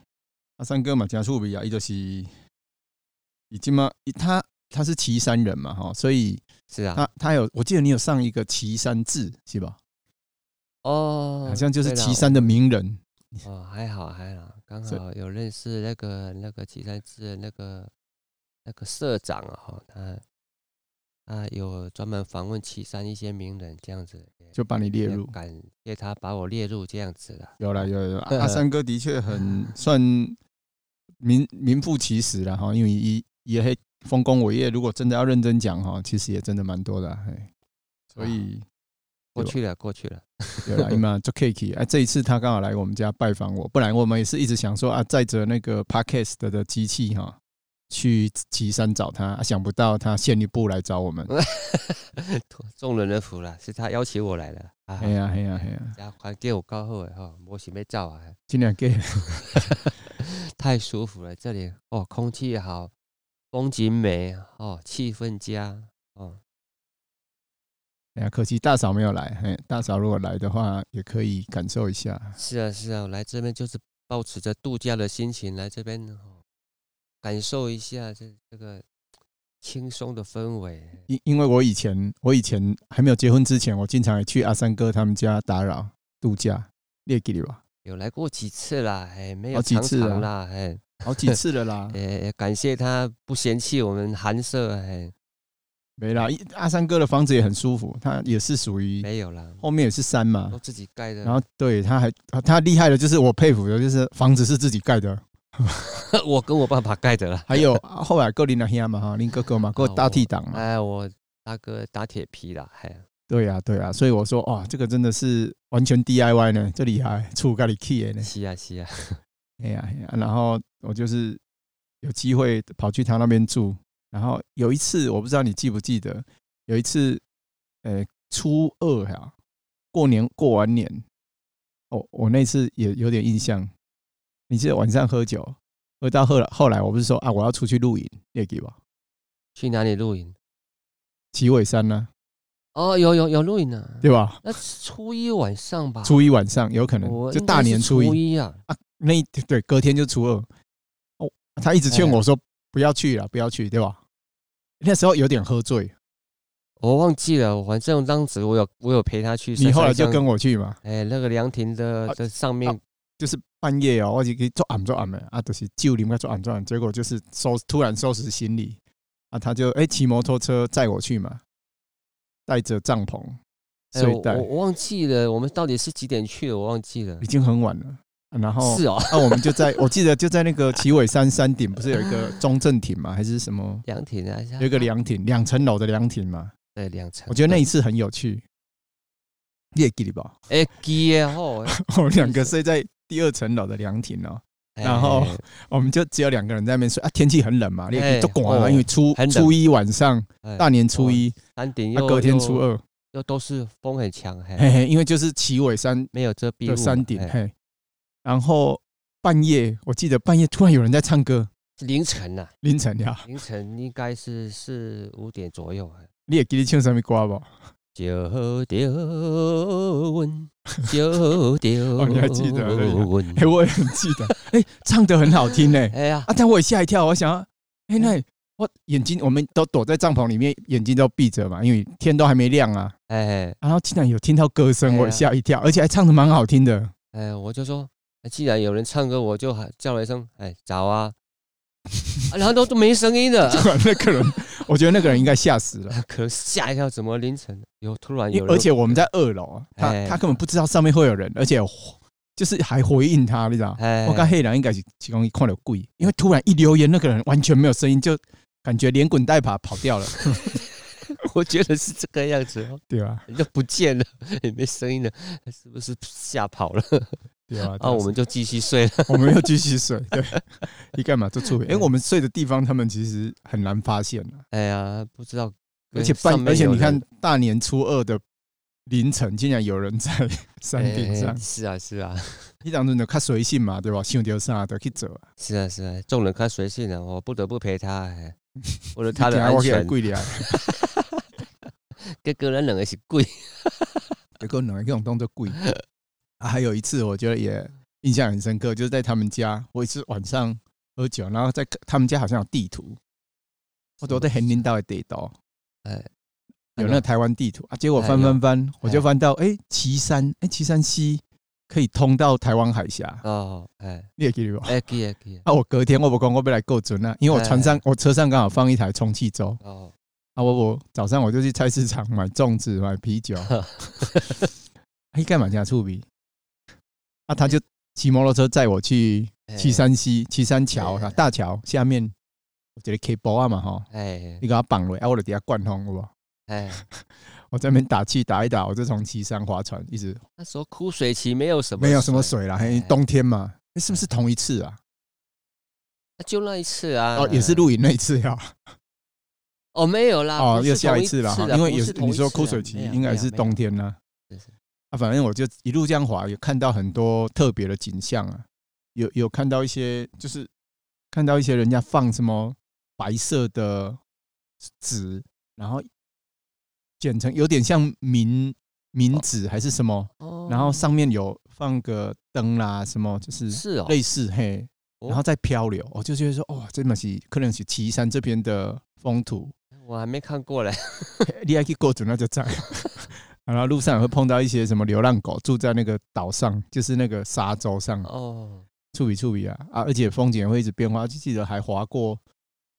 C: 阿三哥嘛，加趣比啊，伊就是已经嘛，他他他是岐山人嘛哈，所以
D: 是啊，
C: 他他有，我记得你有上一个岐山志是吧？
D: 哦，
C: 好像就是
D: 对啦
C: 岐山的名人。
D: 哦，还好还好，刚
C: 所以
D: 好有认识那个那个岐山市的那个那个社长啊，哈他他有专门访问岐山一些名人这样子，也
C: 就把你列
D: 也
C: 入，
D: 感谢他把我列入这样子的。
C: 有了有了有啦，
D: 对
C: 阿三哥的确很算名名副其实了哈，因为一也黑丰功伟业，如果真的要认真讲哈，其实也真的蛮多的啦，嘿，所以
D: 过
C: 对吧
D: 去了，过去了。
C: 对啦，嘛做 Kiki 啊，这一次他刚好来我们家拜访我，不然我们也是一直想说啊，载着那个 Podcast 的的机器哈。去岐山找他，啊想不到他先一步来找我
D: 嗯
C: 们。
D: 托众人的福了，是他邀请我来的。啊，
C: 哎呀，哎呀，哎呀，
D: 加还给我高后哈，我洗被照啊，
C: 尽量给。
D: 太舒服了，这里哦，空气好，风景美哦，气氛佳哦，
C: 哎呀，可惜大嫂没有来。嘿，大嫂如果来的话，也可以感受一下。
D: 是啊，是啊，我来这边就是抱持着度假的心情来这边哦，感受一下这这个轻松的氛围。
C: 因因为我以前我以前还没有结婚之前，我经常也去阿三哥他们家打扰度假，列给你吧，
D: 有来过几次啦，哎，没
C: 好
D: 有
C: 几
D: 常
C: 次啊
D: 常啦，哎，。
C: 好几次了啦
D: 哎，感谢他不嫌弃我们寒舍，哎，
C: 没啦，一阿三哥的房子也很舒服，他也是属于
D: 没有啦，
C: 后面也是山嘛
D: 都。自己盖的。
C: 嗯哦然后对他还他他厉害的就是我佩服的就是房子是自己盖的，
D: 我跟我爸爸盖的啦，
C: 还 有啊后来哥林那兄嘛哈，林哥哥嘛，给我
D: 啊
C: 搭
D: 我
C: 替档嘛。
D: 哎，我大哥打铁皮啦，哎，
C: 对呀、对呀、啊所以我说哇，这个真的是完全 DIY 呢，这厉害，出咖喱 key 呢。
D: 是啊是啊，
C: 哎呀、哎呀、然后我就是有机会跑去他那边住，然后有一次我不知道你记不记得，有一次，呃，初二呀、过年过完年，哦，我那次也有点印象，你记得晚上喝酒，喝到后来后来我不是说啊我要出去露营，列给我
D: 去哪里露营？
C: 齐尾山呢、
D: 哦，有有有露营啊，
C: 啊对吧？
D: 那是初一晚上吧，
C: 初一晚上有可能
D: 我
C: 就
D: 应
C: 大
D: 该是
C: 年初一，
D: 一啊，
C: 那一对隔天就初二。哦，他一直
D: 哎
C: 劝我说不要去了，不要去，对吧？那时候有点喝醉，
D: 我忘记了，反正当时我有我有陪他去山上
C: 你
D: 一
C: 后
D: 张。
C: 来就跟我去嘛，
D: 哎那个凉亭的
C: 啊
D: 的上面，
C: 就是半夜哦，我就给做暗做暗的啊，就是就你们做暗做暗，结果就是收突然收拾行李啊，他就哎骑、摩托车载我去嘛，带着帐篷、
D: 哎我
C: 睡袋
D: 我，我忘记了，我们到底是几点去的？我忘记了
C: 已。经很晚了。啊然后
D: 是哦，
C: 那、我们就在，我记得就在那个旗尾山山顶，不是有一个中正亭嘛，还是什么？
D: 凉亭啊，
C: 有一个凉亭，两层楼的凉亭嘛。
D: 对两层。
C: 我觉得那一次很有趣。你也记得吧？
D: 哎记得哦，
C: 我们两个睡在第二层楼的凉亭哦，
D: 哎
C: 然后我们就只有两个人在那边睡啊。天气很冷嘛，你也
D: 哎
C: 就管了，
D: 哦
C: 因为初
D: 很冷
C: 初一晚上，
D: 哎
C: 大年初一，
D: 山顶
C: 啊
D: 又
C: 隔天初，
D: 又
C: 二，
D: 又都是风很强，
C: 嘿
D: 嘿，
C: 嘿，因为就是旗尾山
D: 没有遮蔽
C: 的
D: 物嘛。
C: 山顶，
D: 哎
C: 嘿，然后半夜，我记得半夜突然有人在唱歌，
D: 是凌晨呐，
C: 凌晨呀，
D: 凌晨应该是四五点左右。哎
C: 你也记得唱什么歌不？
D: 就丢问，就丢
C: 哦你还记得对呀
D: 问
C: 哎、。 我也很记得，哎、唱的很好听哎、
D: 哎呀，
C: 啊，但我也吓一跳，我想要，哎、那我眼睛，我们都躲在帐篷里面，眼睛都闭着嘛，因为天都还没亮啊。
D: 哎
C: 然后竟然有听到歌声，
D: 哎呀
C: 我也吓一跳，而且还唱的蛮好听的。
D: 哎，我就说，哎既然有人唱歌，我就喊叫了一声，哎，早 啊，啊然后都都没声音的，
C: 那个人，我觉得那个人应该吓死了。
D: 啊可能吓一跳，怎么凌晨有突然
C: 因
D: 有
C: 为
D: 人，
C: 而且我们在二楼啊，他
D: 哎
C: 他根本不知道上面会有人，而且有就是还回应他，你知道？
D: 哎，
C: 我看黑人应该是其中一看了鬼，因为突然一留言，那个人完全没有声音，就感觉连滚带爬跑掉 了，
D: 我觉得是这个样子哦，
C: 对啊吧？
D: 人就不见了，也没声音了，哎是不是吓跑了？
C: 对吧？
D: 啊， 我们就继续睡了。
C: 我们要继续睡， 对，你干嘛做错？哎因为我们睡的地方，他们其实很难发现啊
D: 哎呀，不知道，
C: 而且
D: 上
C: 半，
D: 面
C: 而且
D: 有
C: 你看
D: 人
C: 大年初二的凌晨，竟然有人在山顶
D: 哎
C: 上，
D: 是啊，是啊，
C: 你当阵就较随性嘛，对吧？想到啥就去做啊，
D: 是啊，是啊，众人看随性啊，我不得不陪他， 哎为了他
C: 你
D: 的
C: 怕
D: 安
C: 我给
D: 全，
C: 跪了。
D: 跟个人两个是贵，
C: 有够冷，各种动作贵。啊，还有一次我觉得也印象很深刻，就是在他们家，我也是晚上喝酒，然后在他们家好像有地图，我都在横林道的地道，
D: 哎，
C: 有那个台湾地图啊。结果翻翻翻，我就翻到哎岐山，哎岐山西可以通到台湾海峡，
D: 哦，哎，
C: 你也记得不？
D: 哎，可以，可以，
C: 啊，我隔天我不讲，我要来够准啊，
D: 哎
C: 因为我船上我车上刚好放一台充气舟
D: 哦，
C: 啊，我我早上我就去菜市场买粽子买啤 酒，他干嘛加醋皮？啊，他就骑摩托车载我去
D: 哎
C: 七，山西、七山桥、
D: 哎
C: 啊大桥下面，我觉得 K 包啊嘛吼，
D: 哎
C: 你，给他绑了，啊，我就底下灌风有无？
D: 哎，
C: 我在那边打气打一打，我就从七山划船，一直
D: 那时候枯水期没有什么，
C: 没有什么，水啦，
D: 哎
C: 嘿，冬天嘛，诶是不是同一次啊？
D: 就那一次啊，
C: 哦，也是露营那一次呀，
D: 哦，没有啦，
C: 哦，
D: 不是
C: 又下
D: 同
C: 一
D: 一
C: 次啦
D: 啦，，
C: 因为
D: 不
C: 也
D: 是
C: 是
D: 同一
C: 你说
D: 次
C: 枯
D: 啊
C: 水期
D: 没有
C: 应该也
D: 没有
C: 是
D: 没有
C: 冬天啦。
D: 是是
C: 啊，反正我就一路这样滑，有看到很多特别的景象啊，有有看到一些就是看到一些人家放什么白色的纸，然后剪成有点像冥冥纸还是什么，
D: 哦
C: 然后上面有放个灯啦，什么就是
D: 是哦，
C: 类似嘿，
D: 哦
C: 然后再漂流，我就觉得说哇，这嘛是可能是岐山这边的风土，
D: 我还没看过嘞，
C: 你还可以过准那就在。 然后路上也会碰到一些什么流浪狗住在那个岛上，就是那个沙洲上，啊
D: 哦，
C: 处比处比啊啊！而且风景也会一直变化。就记得还划过，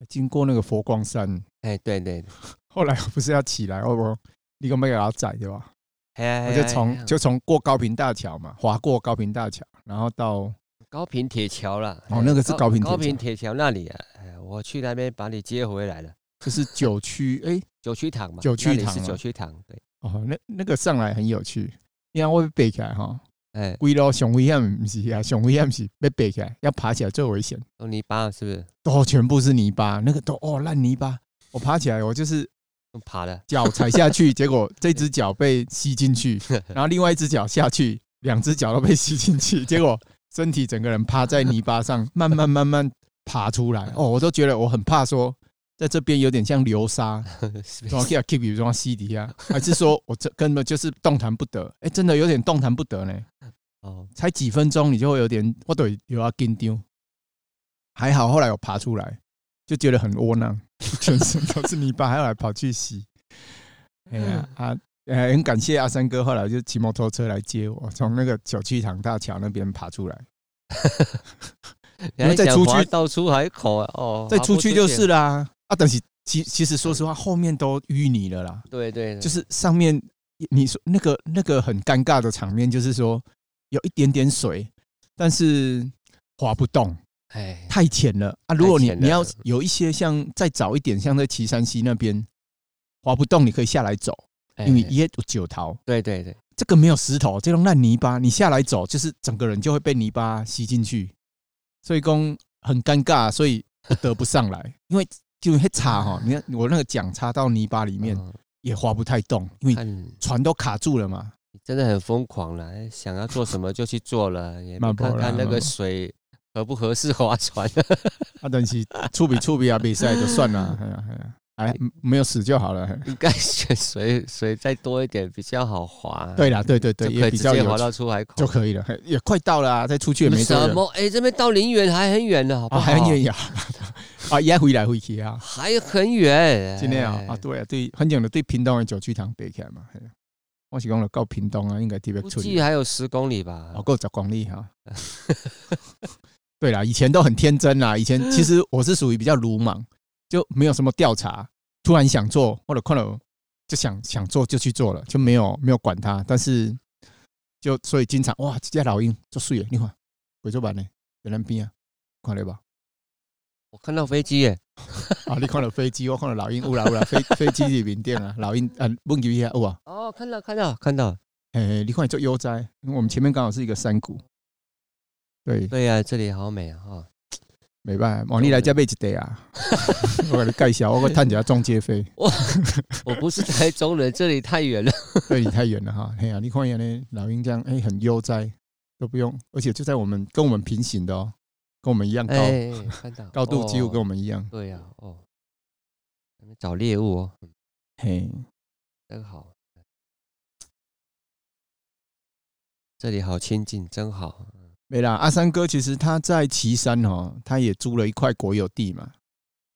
C: 经过那个佛光山，
D: 哎，对对，对
C: 后来我不是要起来，我我你个没给他宰对吧？
D: 哎呀，
C: 我
D: 哎
C: 就
D: 呀哎呀
C: 从就从过高平大桥嘛，划过高平大桥，然后到
D: 哎高平铁桥啦，
C: 哦
D: 哎
C: 那个是高平铁
D: 高
C: 桥
D: 平铁桥那里啊，哎，我去那边把你接回来了，
C: 就是九区，哎
D: 九曲堂嘛，
C: 九曲啊
D: 那里
C: 堂
D: 是
C: 嘛
D: 九曲堂，对，
C: 哦，那那个上来很有趣，因为我背起来哈，
D: 哎，
C: 龟咯上危险不是啊，上危险是要背起来，要爬起来最危险。
D: 用泥巴哦是不是？
C: 都全部是泥巴，那个都哦烂泥巴。我爬起来，我就是
D: 用爬的，
C: 脚踩下去，结果这只脚被吸进去，然后另外一只脚下去，两只脚都被吸进去，结果身体整个人趴在泥巴上，慢慢慢慢爬出来。哦，我都觉得我很怕说。在这边有点像流沙，啊
D: 是不
C: 然后
D: 是？
C: keep keep 装西底下，还是说我这根本就是动弹不得？哎、真的有点动弹不得呢。
D: 哦，
C: 才几分钟，你就会有点我都有要紧张。还好后来我爬出来，就觉得很窝囊，全身 都是泥巴，还要来跑去洗。哎呀
D: 嗯
C: 啊！呃，很感谢阿三哥，后来就骑摩托车来接我，从那个九曲塘大桥那边爬出来，
D: 你还
C: 再
D: 哎想
C: 出
D: 滑
C: 去
D: 到出海口啊哦，
C: 再
D: 滑不
C: 出去就是
D: 去，
C: 啦。啊，但是其其实说实话，后面都淤泥了啦，
D: 对对，对
C: 就是上面你说那个那个很尴尬的场面，就是说有一点点水，但是滑不动。
D: 哎，
C: 太浅了啊！如果你
D: 太浅了
C: 你要有一些像再早一点，像在岐山西那边滑不动，你可以下来走，
D: 哎
C: 因为也有九桃，
D: 对对对，
C: 这个没有石头，这种烂泥巴，你下来走就是整个人就会被泥巴吸进去，所以公很尴尬，所以不得不上 来，因为就会插哈，你看我那个桨插到泥巴里面
D: 嗯
C: 也滑不太动，因为
D: 看你
C: 船都卡住了嘛。
D: 真的很疯狂了，想要做什么就去做了，也
C: 嘛
D: 没
C: 不
D: 看
C: 啦
D: 看那
C: 嘛
D: 个
C: 不
D: 水合不合适划船。
C: 啊 啊，但是触比触比啊，比赛就算了，哎呀哎呀，哎，没有死就好了。哎
D: 应该选水水再多一点比较好滑。
C: 对啦，对对对，
D: 就可
C: 也
D: 以
C: 比
D: 直
C: 较
D: 接
C: 有
D: 滑
C: 趣
D: 到出海口
C: 就可以了，嘿也快到了啊，再出去也没多
D: 哦什
C: 久
D: 么？哎、这边到林园还很远呢，好不
C: 啊，
D: 好？
C: 还很远呀，
D: 哦
C: 啊，也回来回去啊，
D: 还很远。哎
C: 真的啊，啊，对啊，对，很远的，对屏东的九曲堂爬起来嘛，嘿我是讲了到屏东啊，应该特别
D: 估
C: 出
D: 计还有十公里吧
C: 哦，。够十公里哈。对啦，以前都很天真啦，以前其实我是属于比较鲁莽，就没有什么调查，突然想做或者看了就想想做就去做了，就没有没有管它。但是就所以经常哇，这家老鹰做水了，你看鬼做版呢，有人边啊，看了吧？
D: 我看到飞机耶，
C: 啊，你看了飞机，我看了老鹰，有啦有啦，飞飞机是缅甸啊，老鹰啊，问起遐有啊，
D: 哦，看到看到看到，
C: 诶、你看做悠哉，因为我们前面刚好是一个山谷，对，
D: 对呀、这里好美啊！哈，
C: 没办法，哦，你来这买一块 啊！我给你介绍，我探一下中介费，
D: 我不是台中人，这里太远了。
C: 对你太远了哈。嘿呀、啊，你看一下呢，老鹰这样，哎、很悠哉，都不用，而且就在我们跟我们平行的哦，跟我们一样高，
D: 哎、看到
C: 高度几乎跟我
D: 我
C: 们一样。
D: 对呀、哦，在那边找猎物哦，嗯
C: 嘿，
D: 真好。这里好清静，真好。
C: 没啦，阿三哥其实他在岐山哦，他也租了一块国有地嘛，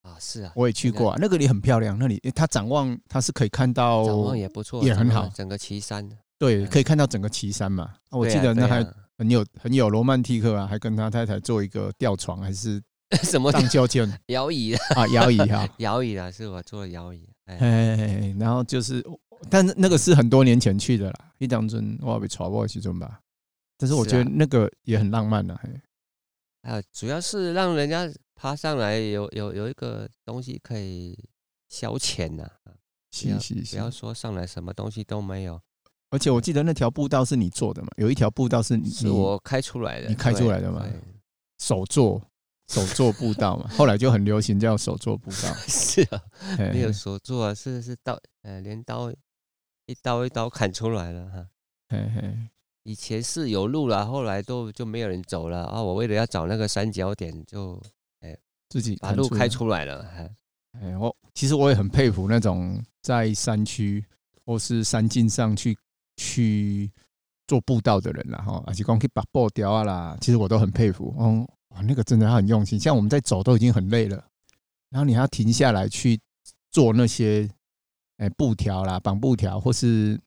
D: 啊，是啊，
C: 我也去过、啊，那个里很漂亮，那里诶它展望它是可以看到
D: 展望也不错，
C: 哦也
D: 展
C: 很
D: 望
C: 好
D: 整个岐山。
C: 对，可以看到整个岐山嘛。啊我
D: 对
C: 记
D: 啊
C: 得那
D: 对
C: 还
D: 啊
C: 很有很有罗曼蒂克啊，还跟他太太做一个吊床还是
D: 什么
C: 荡秋千。
D: 摇椅 啊，
C: 啊，摇椅 哈，
D: 摇椅啊，是我做的摇椅。哎，
C: 哎，然后就是，但是那个是很多年前去的啦，一当中我被传过其中吧，但是我
D: 是
C: 觉得
D: 啊
C: 那个也很浪漫的、啊嘿
D: 还有主要是让人家爬上来有有有一个东西可以消遣呐、
C: 是是
D: 不
C: 是，
D: 要说上来什么东西都没有，
C: 而且我记得那条步道是你做的嘛，有一条步道是你
D: 是我开出来的。
C: 你开出
D: 对
C: 来的吗
D: 对
C: 手做手做步道嘛，后来就很流行叫手做步 道，
D: 是啊，
C: 嘿
D: 没有所做啊，是是刀，呃，连刀一刀一刀砍出来了哈。
C: 嘿嘿，
D: 以前是有路了，后来都就没有人走了啊。我为了要找那个三角点，就
C: 自己
D: 把
C: 砍
D: 路开
C: 来
D: 出来了。哎
C: 哎，我其实我也很佩服那种在山区或是山径上去去做步道的人啦，哈，而且光去把步掉啊啦，其实我都很佩服。哦，哇，那个真的他很用心，像我们在走都已经很累了，然后你还要停下来去做那些。哎，布条啦，绑布条，或是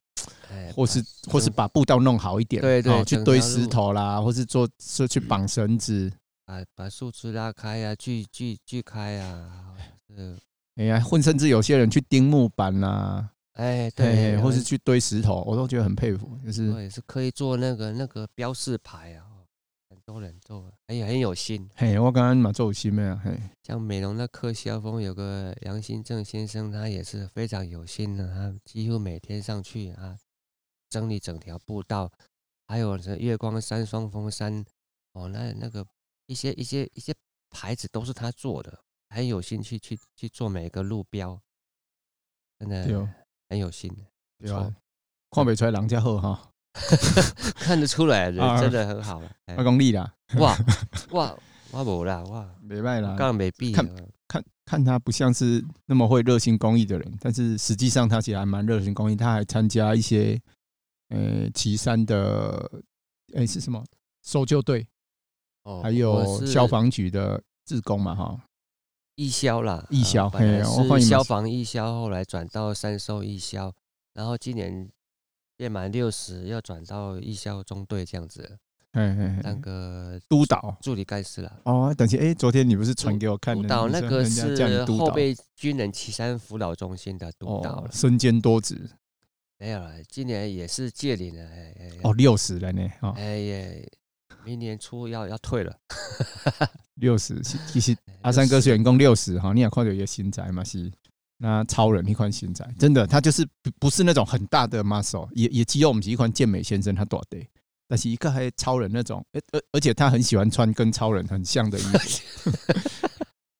D: 哎，
C: 或是
D: 把
C: 或是
D: 整
C: 把步道弄好一点，
D: 对对
C: 哦去
D: 整
C: 堆
D: 条路嗯
C: 石头啦，或是做是去绑绳子，
D: 把把树枝拉开啊，锯锯锯开啊，呃，
C: 哎呀，混甚至有些人去钉木板啦，
D: 哎，
C: 对，
D: 对，
C: 或是
D: 有
C: 去堆石头，我都觉得很佩服。就是
D: 人对是可以做那个那个标示牌啊，哦很多人做，哎呀，很有心。
C: 嘿，我刚刚嘛做有心的啊，嘿，
D: 像美容那克萧峰有个杨新正先生，他也是非常有心的，他几乎每天上去啊，整理整条步道，还有这月光山、双峰山，哦，那那个一些一些一些牌子都是他做的，很有心去去去做每个路标，真
C: 对
D: 的
C: 哦，
D: 很有心的，不
C: 对啊
D: 错，
C: 看不出来人家好哈，
D: 看得出来人
C: 啊
D: 真的 很好了，哎
C: 我讲你啦，
D: 哇哇哇无啦哇，
C: 没卖啦
D: 刚。刚没必
C: 看
D: 要
C: 看看他不像是那么会热心公益的人，但是实际上他其实还蛮热心公益，他还参加一些呃岐山的哎是什么搜救队，
D: 哦，
C: 还
D: 我
C: 有
D: 是
C: 消防局的志工嘛哈。
D: 义消啦，
C: 义
D: 呃
C: 消
D: 本来
C: 嘿我欢
D: 是
C: 迎
D: 消
C: 你
D: 防义消，后来转到三收义消，然后今年届满六十，要转到义消中队这样子，
C: 嘿嘿
D: 当
C: 嘿，
D: 个
C: 督导
D: 助理干事啦。
C: 哦，等一下哎，昨天你不是传给我看的
D: 督导那个
C: 人家叫
D: 是
C: 你督
D: 后
C: 导
D: 备军人岐山辅导中心的督导
C: 哦
D: 了，
C: 身兼多职，
D: 没有了，今年也是届龄了，哎哎
C: 哦，六十了呢，哦，
D: 哎也明年初要要退了。
C: 六十，是其实
D: 哎
C: 阿三哥
D: 60
C: 是员工六十哈，你也看到一个新宅嘛是，那超人一款新宅，真的他就是不不是那种很大的 muscle，也也肌肉，我们是一款健美先生他多的，但是一个还超人那种，而而而且他很喜欢穿跟超人很像的衣服。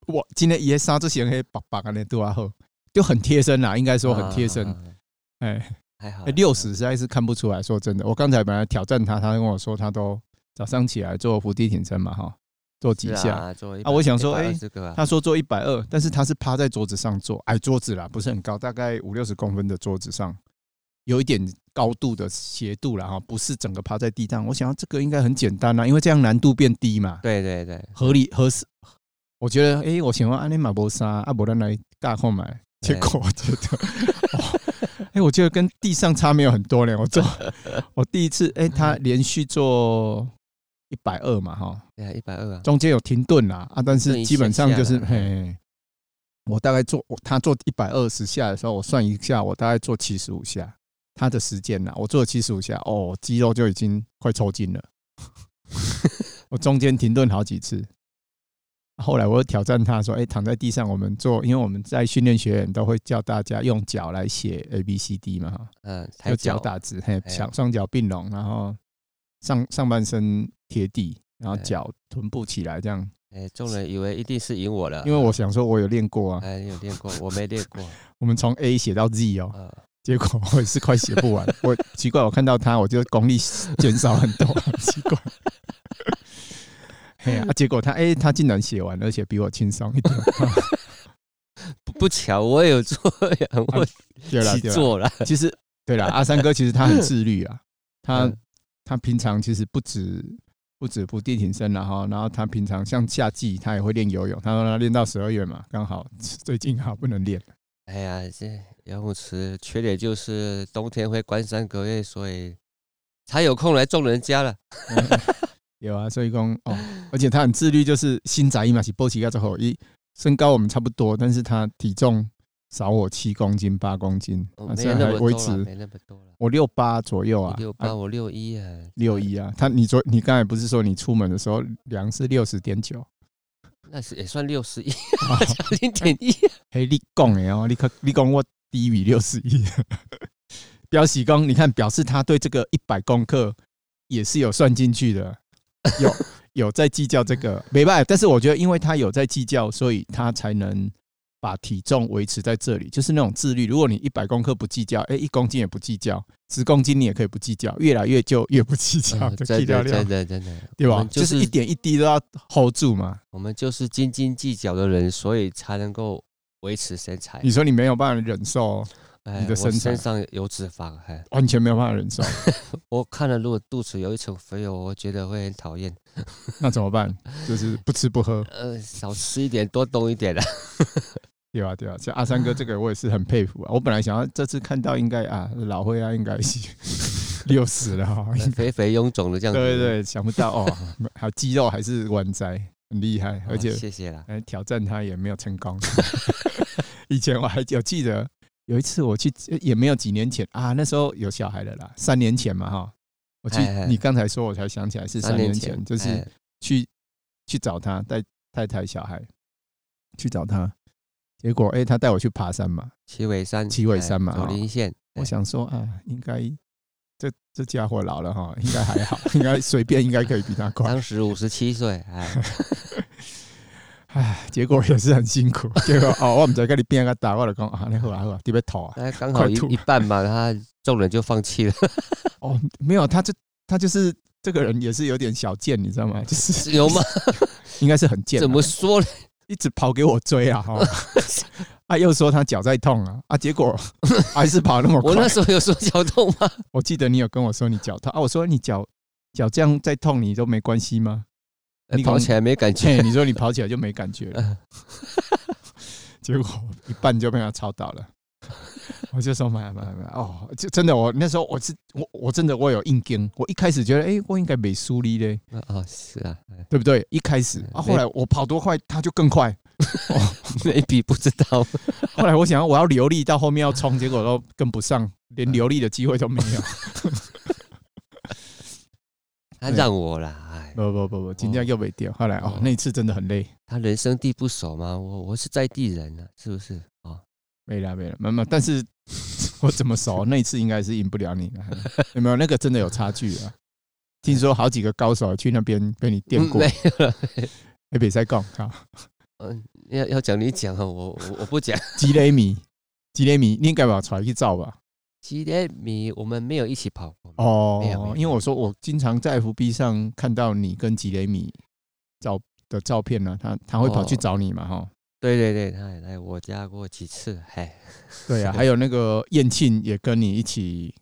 C: 我今天也杀这些黑白白的那都还好，就很贴身啦，应该说很贴身
D: 啊，啊啊
C: 哎、
D: 还好啦
C: 六十，实在是看不出来。说真的，我刚才本来挑战他，他跟我说他都早上起来做伏地挺身嘛，哈，做
D: 是
C: 几下。
D: 啊，做
C: 啊我想说哎
D: 这个啊
C: 他说做一百二，但是他是趴在桌子上做，矮桌子啦，不是很高，大概五六十公分的桌子上，有一点高度的斜度啦，哈，不是整个趴在地上。我想要这个应该很简单啦，因为这样难度变低嘛，
D: 对对对，
C: 合理合适。嗯我觉得，哎、我想要安尼马博莎，阿伯咱来大购买，结
D: 对
C: 果我觉得， 哎、诶我觉得跟地上差没有很多呢。我做， 我第一次，哎、他连续做一百二嘛，哈，
D: 对一百二啊，
C: 中间有停顿啦，啊，但
D: 顿
C: 是
D: 一
C: 基本上就是
D: 下下
C: 嘿
D: 来
C: 嘿，我大概做我他做一百二十下的时候，我算一下，我大概做七十五下，他的时间啦，我做七十五下，哦，肌肉就已经快抽筋了。 我中间停顿好几次，后来我又挑战他说：“哎、躺在地上，我们做，因为我们在训练学员都会教大家用脚来写 A B C D 嘛，哈
D: 嗯，抬
C: 有脚
D: 脚
C: 打直，嘿，
D: 哎
C: 双双脚并拢，然后上上半身贴地，然后
D: 哎
C: 脚臀部起来这样。
D: 哎，众人以为一定是赢我了，
C: 因为我想说，我有练过啊，
D: 呃哎，你有练过，我没练 过，
C: 我们从 A 写到 Z 哦，
D: 啊，
C: 结果 我也是快写不完。我奇怪，我看到他，我就功力减少很多，很奇怪。 嘿呀、啊，结果他哎、他竟然写完，而且比我轻松 一点。
D: 不不巧我有做 呀，我
C: 对了，
D: 起
C: 对了，
D: 做了，
C: 其实对 了，阿三哥其实他很自律啊，他
D: 嗯
C: 他平常其实不止不止不地挺身了哈，然后他平常像夏季他也会练游泳，他说他练到十二月嘛，刚好最近好不能 练，
D: 哎呀，这游泳池缺点就是冬天会关山隔夜，所以才有空来众人家了。
C: 有啊，所以讲哦，而且他很自律，就是新宅一嘛是波奇亚之后，一身高我们差不多，但是他体重少我七公斤八公斤，
D: 哦
C: 啊，
D: 没
C: 所以
D: 那
C: 还
D: 么多
C: 维
D: 了，
C: 持
D: 没那么多了。
C: 我六八左右啊，
D: 六八，我六一啊，
C: 六一啊，他你昨你刚才不是说你出门的时候量是六十点九？
D: 那是也算六十一，啊 零点一。
C: 哦嘿，你讲的哦，你可你讲我低于六十一， 表示讲你看，表示他对这个一百公克也是有算进去的，有 有在计较这个，没办法。但是我觉得，因为他有在计较，所以他才能把体重维持在这里，就是那种自律。如果你一百公克不计较，哎、一公斤也不计较，十公斤你也可以不计较，越来越就越不计较，
D: 啊
C: 就
D: 真
C: 计较
D: 的
C: 量
D: 真，的真的，
C: 对
D: 我
C: 吧
D: 们？
C: 就
D: 就是
C: 一
D: 是
C: 点一滴都要 hold 住嘛。
D: 我们就是斤斤计较的人，所以才能够维持身材
C: 你。说你没有办法忍受哦，
D: 哎
C: 你的
D: 我
C: 身材
D: 身上有脂肪，哎，
C: 完全没有办法忍受，
D: 我看了，如果肚子有一层肥油，我觉得会很讨厌。
C: 那怎么办？就是不吃不喝。
D: 呃，少吃一点，多动一点 啦。
C: 对啊，对啊，像阿三哥这个，我也是很佩服啊。我本来想要这次看到应该啊，老灰啊，应该是 六十了哈、应
D: 肥肥臃肿的这样子。
C: 对对，想不到 哦，还有肌肉还是完摘，很厉害，
D: 好，
C: 而且
D: 啊谢谢啦。
C: 哎挑战他也没有成功。 以前我还有记得有一次我去，也没有几年前啊，那时候有小孩了啦，三年前嘛哈。我去
D: 哎哎，
C: 你刚才说我才想起来是三年前，就是
D: 哎
C: 去去找他，带太太小孩去找他，结果哎、他带我去爬山嘛，
D: 七尾山，
C: 七尾
D: 哎
C: 山嘛
D: 左
C: 哦
D: 林县。
C: 我
D: 哎
C: 想说啊，应该这这家伙老了哈，应该还好，应该随便应该可以比他快
D: 当。时五十七岁，哎，
C: 唉，结果也是很辛苦，结果哦，我们在跟你变个大，我就讲啊，你好啊好啊，特别头啊，
D: 那哎刚
C: 快
D: 好一
C: 吐
D: 一半嘛，他众人就放弃 了，
C: 哦，没有，他这他就是这个人也是有点小贱，你知道吗？就是
D: 有吗？
C: 应该是很贱啊，
D: 怎么说呢？
C: 一直跑给我追 啊？哈，啊，又说他脚在痛啊，啊，结 果还是跑那么快
D: 我。那时候有说脚痛吗？
C: 我记得你有跟我说你脚痛啊，我说你脚脚这样再痛你都没关系吗？
D: 哎
C: 你
D: 跑
C: 讲
D: 起来没感
C: 嘿，
D: 觉，
C: 你说你跑起来就没感觉了， 结果一半就被他超到了。我就说买买买哦，就真的我那时候我是我我真的我有硬跟，我一开始觉得哎、诶我应该没输力嘞，
D: 哦，是啊，哎
C: 对不对？一开始啊，后来我跑多快他就更快，
D: ，maybe 不知 道，
C: 后来我想我要流力到后面要冲，结果都跟不上，连流力的机会都没 有。
D: 他
C: 对
D: 让我啦，哎，
C: 不不不不，今天又没掉。后来哦
D: 哦，
C: 那一次真的很累，
D: 他人生地不熟嘛，我我是在地人啊，是不是？哦，
C: 没了没了，没没。但是 我怎么 熟？那一次应该是赢不了你了，有没有？那个真的有差距啊！听说好几个高手去那边被你电
D: 嗯
C: 过
D: 没，有了，
C: 还比赛杠啊，
D: 嗯，要要讲你讲啊，我我我不讲。
C: 吉雷 米，吉雷米，你应该把船去照吧？
D: 吉列米我们没有一起跑过，没有
C: 哦
D: 没有，
C: 因为我说我经常在 FB 上看到你跟吉雷米照的照片呢、他他会跑去
D: 哦
C: 找你嘛，哈、
D: 对对对，他也来我家过几次，嘿，
C: 对啊，还有那个燕庆也跟你一起，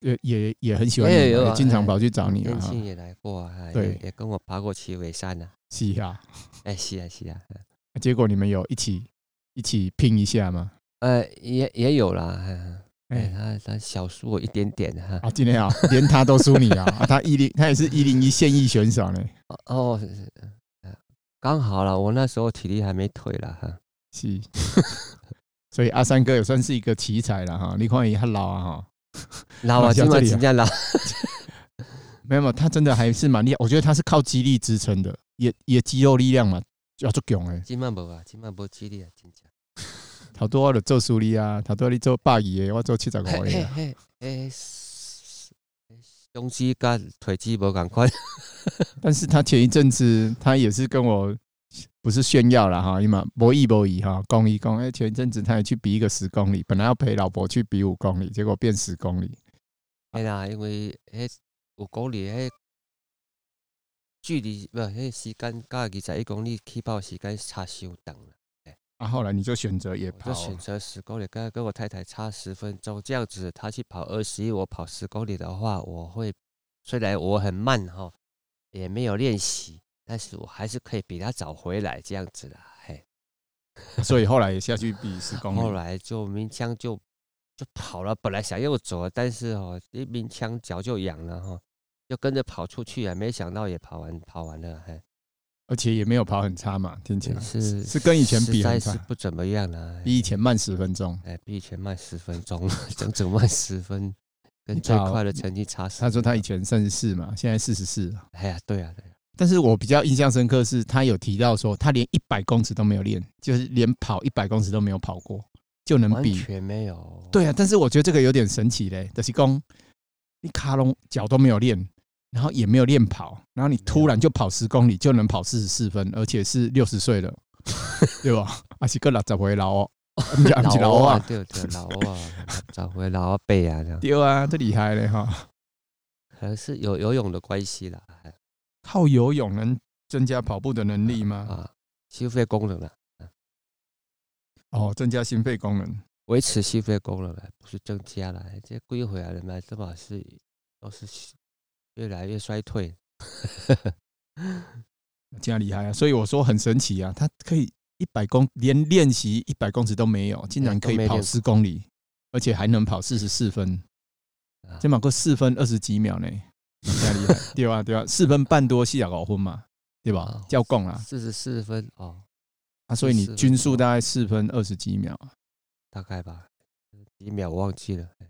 C: 也也也很喜欢
D: 也
C: 你嘛，
D: 有啊
C: 也经常
D: 哎
C: 跑去找你嘛，
D: 燕
C: 哈
D: 庆也来过啊，哎
C: 对
D: 也也跟我爬过七尾山呐，
C: 是啊，
D: 哎，是啊是啊，嗯
C: 结果你们有一起一起拼一下吗？
D: 呃，也也有啦，嗯哎，
C: 哎、
D: 他他小输我一点点哈，
C: 啊，今天啊，连他都输你啊，啊他一零，他也是一零一现役选手呢，
D: 哦，是是呃刚好了，我那时候体力还没退了哈，
C: 是，所以阿三哥也算是一个奇才了哈，你看也很老啊哈。
D: 老
C: 啊
D: 啊，
C: 像
D: 今
C: 这
D: 晚
C: 里啊
D: 请假老，
C: 没有，没有，他真的还是蛮厉害。我觉得他是靠肌力支撑的，也也肌肉力量嘛，要足强诶。
D: 今晚无啊，今晚无激励啊，真正。
C: 头拄我就做数理啊，头拄你做百二的，我做七十五
D: 嘿
C: 的
D: 嘿
C: 啊。
D: 嘿诶，胸肌甲腿肌无共款，
C: 但是他前一阵子他也是跟我不是炫耀了哈，因嘛博弈博弈哈，公一公。哎，前一阵子他也去比一个十公里，本来要陪老婆去比五公里，结果变十公里。
D: 哎啦，因为迄有公里迄距离，不，迄时间甲二十一公里起跑时间差伤长了。
C: 啊，后来你就选择也
D: 我就
C: 跑，啊
D: 选择十公里，跟跟我太太差十分钟，这样子她去跑二十一，我跑十公里的话，我会虽然我很慢哈，也没有练习，但是我还是可以比她早回来这样子啦。嘿，
C: 所以后来也下去比十公
D: 后
C: 里。
D: 来就鸣枪就就跑了，本来想又走了，但是哦，一鸣枪脚就痒了哈、就跟着跑出去啊，没想到也跑完跑完了，嘿，
C: 而且也没有跑很差嘛，听起来
D: 是
C: 啊是跟以前比
D: 实在
C: 很
D: 是
C: 差，
D: 不怎么样了，嘿
C: 比以前慢十分钟。
D: 哎，比以前慢十分钟，整整慢十分，
C: 你
D: 跟最
C: 跑
D: 快的成绩差十。
C: 他说他以，前三十四嘛，现在四十四。
D: 哎呀，对啊，对啊，
C: 但是我比较印象深刻是，他有提到说，他连一百公尺都没有练，就是连跑一百公尺都没有跑过，就能
D: 完
C: 比。
D: 全没有。
C: 对啊，但是我觉得这个有点神奇嘞，就是公，你卡龙脚都没有练，然后也没有练跑，然后你突然就跑十公里就能跑四十四分，而且是六十岁 了，对吧？而且个六十回老哦，不是不是
D: 老
C: 老
D: 啊
C: 啊，，
D: 对对，老啊， 找回老啊背啊这样，
C: 对啊，这厉害嘞哈！
D: 可能是有游泳的关系啦，哎
C: 靠游泳能增加跑步的能力吗？
D: 啊，心肺功能啊啦，
C: 哦，增加心肺功能。
D: 维持心肺功能了，不是增加了，这归回来了嘛，这把是都是越来越衰退。
C: 这样厉害啊！所以我说很神奇啊，他可以一百公连练习一百公尺都没有，竟然可以跑十公里，而且还能跑四十四分，
D: 啊
C: 这马过四分二十几秒呢，这样厉害，对啊对啊，四分半多四啊五分嘛，对吧
D: 啊？
C: 叫共啊，
D: 四十四分哦，
C: 啊，所以你
D: 44
C: 均速大概四分二十几秒啊，
D: 大概吧，几秒我忘记了，哎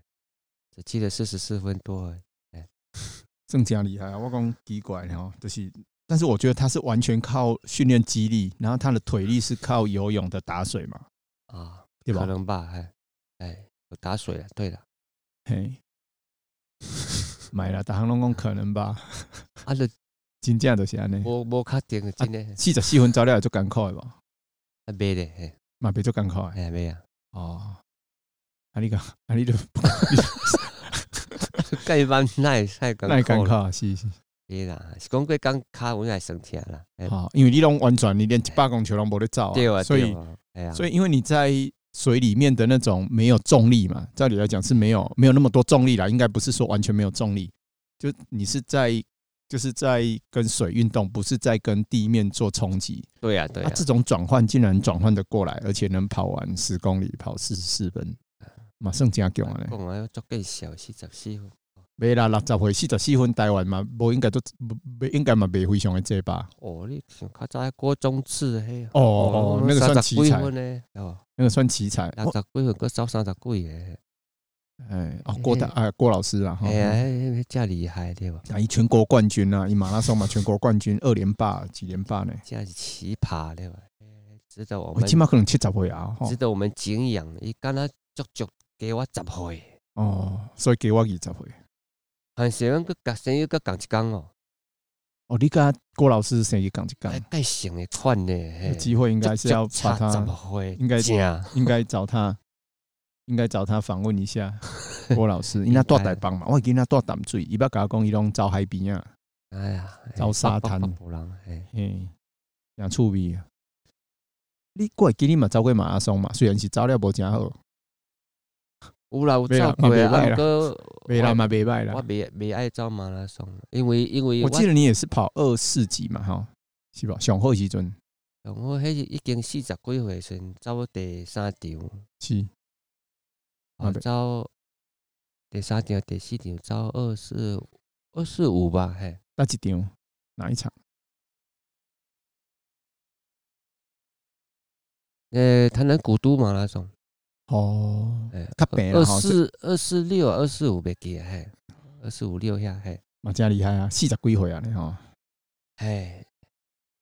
D: 只记得四十四分多而已。
C: 正这样厉害啊！我讲奇怪然后就是。但是我觉得他是完全靠训练肌力，然后他的腿力是靠游泳的打水嘛，
D: 啊，
C: 对吧
D: 可？能吧，哎哎，我打水了。对了，
C: 嘿，买了，大行拢讲可能吧。
D: 啊，就
C: 真正就是安尼。
D: 无无确定的，真的
C: 四十四分走了也足艰苦的无，
D: 啊，没咧，嘿
C: 嘛别足艰苦的。
D: 哎没啊，
C: 哦，啊你讲，啊你就
D: 盖班那太艰
C: 那会艰
D: 苦
C: 苦
D: 了，
C: 啊是是。
D: 对啦，是讲过讲卡我也生疼啦，哎
C: 好，因为你拢完全你连一百公尺拢无咧走
D: 对啊，
C: 哦所
D: 对
C: 以
D: 啊哎呀，
C: 所以因为你在水里面的那种没有重力嘛，照理来讲是没有没有那么多重力啦，应该不是说完全没有重力，就你是在。就是在跟水运动，不是在跟地面做冲击。
D: 对啊，对
C: 啊，
D: 啊，
C: 这种转换竟然转换的过来，而且能跑完十公里，跑四十四分，马上加强了。
D: 讲啊要足计小四十四分，
C: 没啦，六十岁四十四分台湾嘛，无应该都不应该嘛，袂非常的济吧？
D: 哦，你像较早的郭宗志嘿，
C: 哦哦那个算
D: 三十
C: 奇
D: 几
C: 才
D: 分呢，哦，
C: 那个算奇才。
D: 六十几分搁走三十几
C: 哦
D: 个，
C: 哎，哦，郭大哎，郭老师啊，哈
D: 嗯哎，呀，迄迄遮厉害对吧？
C: 啊，伊全国冠军啊，伊马拉松嘛，全国冠军二连霸，几连霸呢？
D: 这是奇葩对吧？哎值得我
C: 我
D: 们
C: 哦起码可能七十岁啊，吼
D: 值得我们敬仰。伊敢若足足加我十岁，
C: 哦，所以给我二十岁。
D: 但是阮个学生又个共一工哦，
C: 哦，你跟郭老师生意讲一讲
D: 还，介成的款呢，嘿
C: 有机会应该是要
D: 足足
C: 把
D: 差
C: 他，
D: 十岁，
C: 应该
D: 正哎
C: 应该找他，应该找他访问一 下郭老师，因为他住台帮嘛，我见他住淡水，伊捌甲我讲伊拢走海边啊。
D: 哎呀，
C: 走沙滩
D: 不人，嘿
C: 嘿，真趣味啊！你我会记你嘛走过马拉松嘛，虽然是走了无诚好，
D: 有啦，有
C: 没啦
D: 走过
C: 也
D: 啊，
C: 不错啦
D: 啊，哥，
C: 袂啦嘛袂歹啦
D: 我。袂袂爱走马拉松，因为因为
C: 啊我记得你也是跑二四级嘛，吼，是吧？上好时阵
D: 我我迄是已经四十几岁时阵走第三场，
C: 是
D: 哦
C: 啊对
D: 走第三场、第四场，走二四二四五吧，嘿，
C: 哪一场？哪一场？
D: 呃，台南古都马拉松，
C: 哦，
D: 嘿，
C: 较平啦
D: 二
C: 吼，
D: 四二四六、二四五袂记啊，嘿，二四五六遐，嘿，
C: 嘛真厉害啊，四十几岁啊，你吼，
D: 嘿，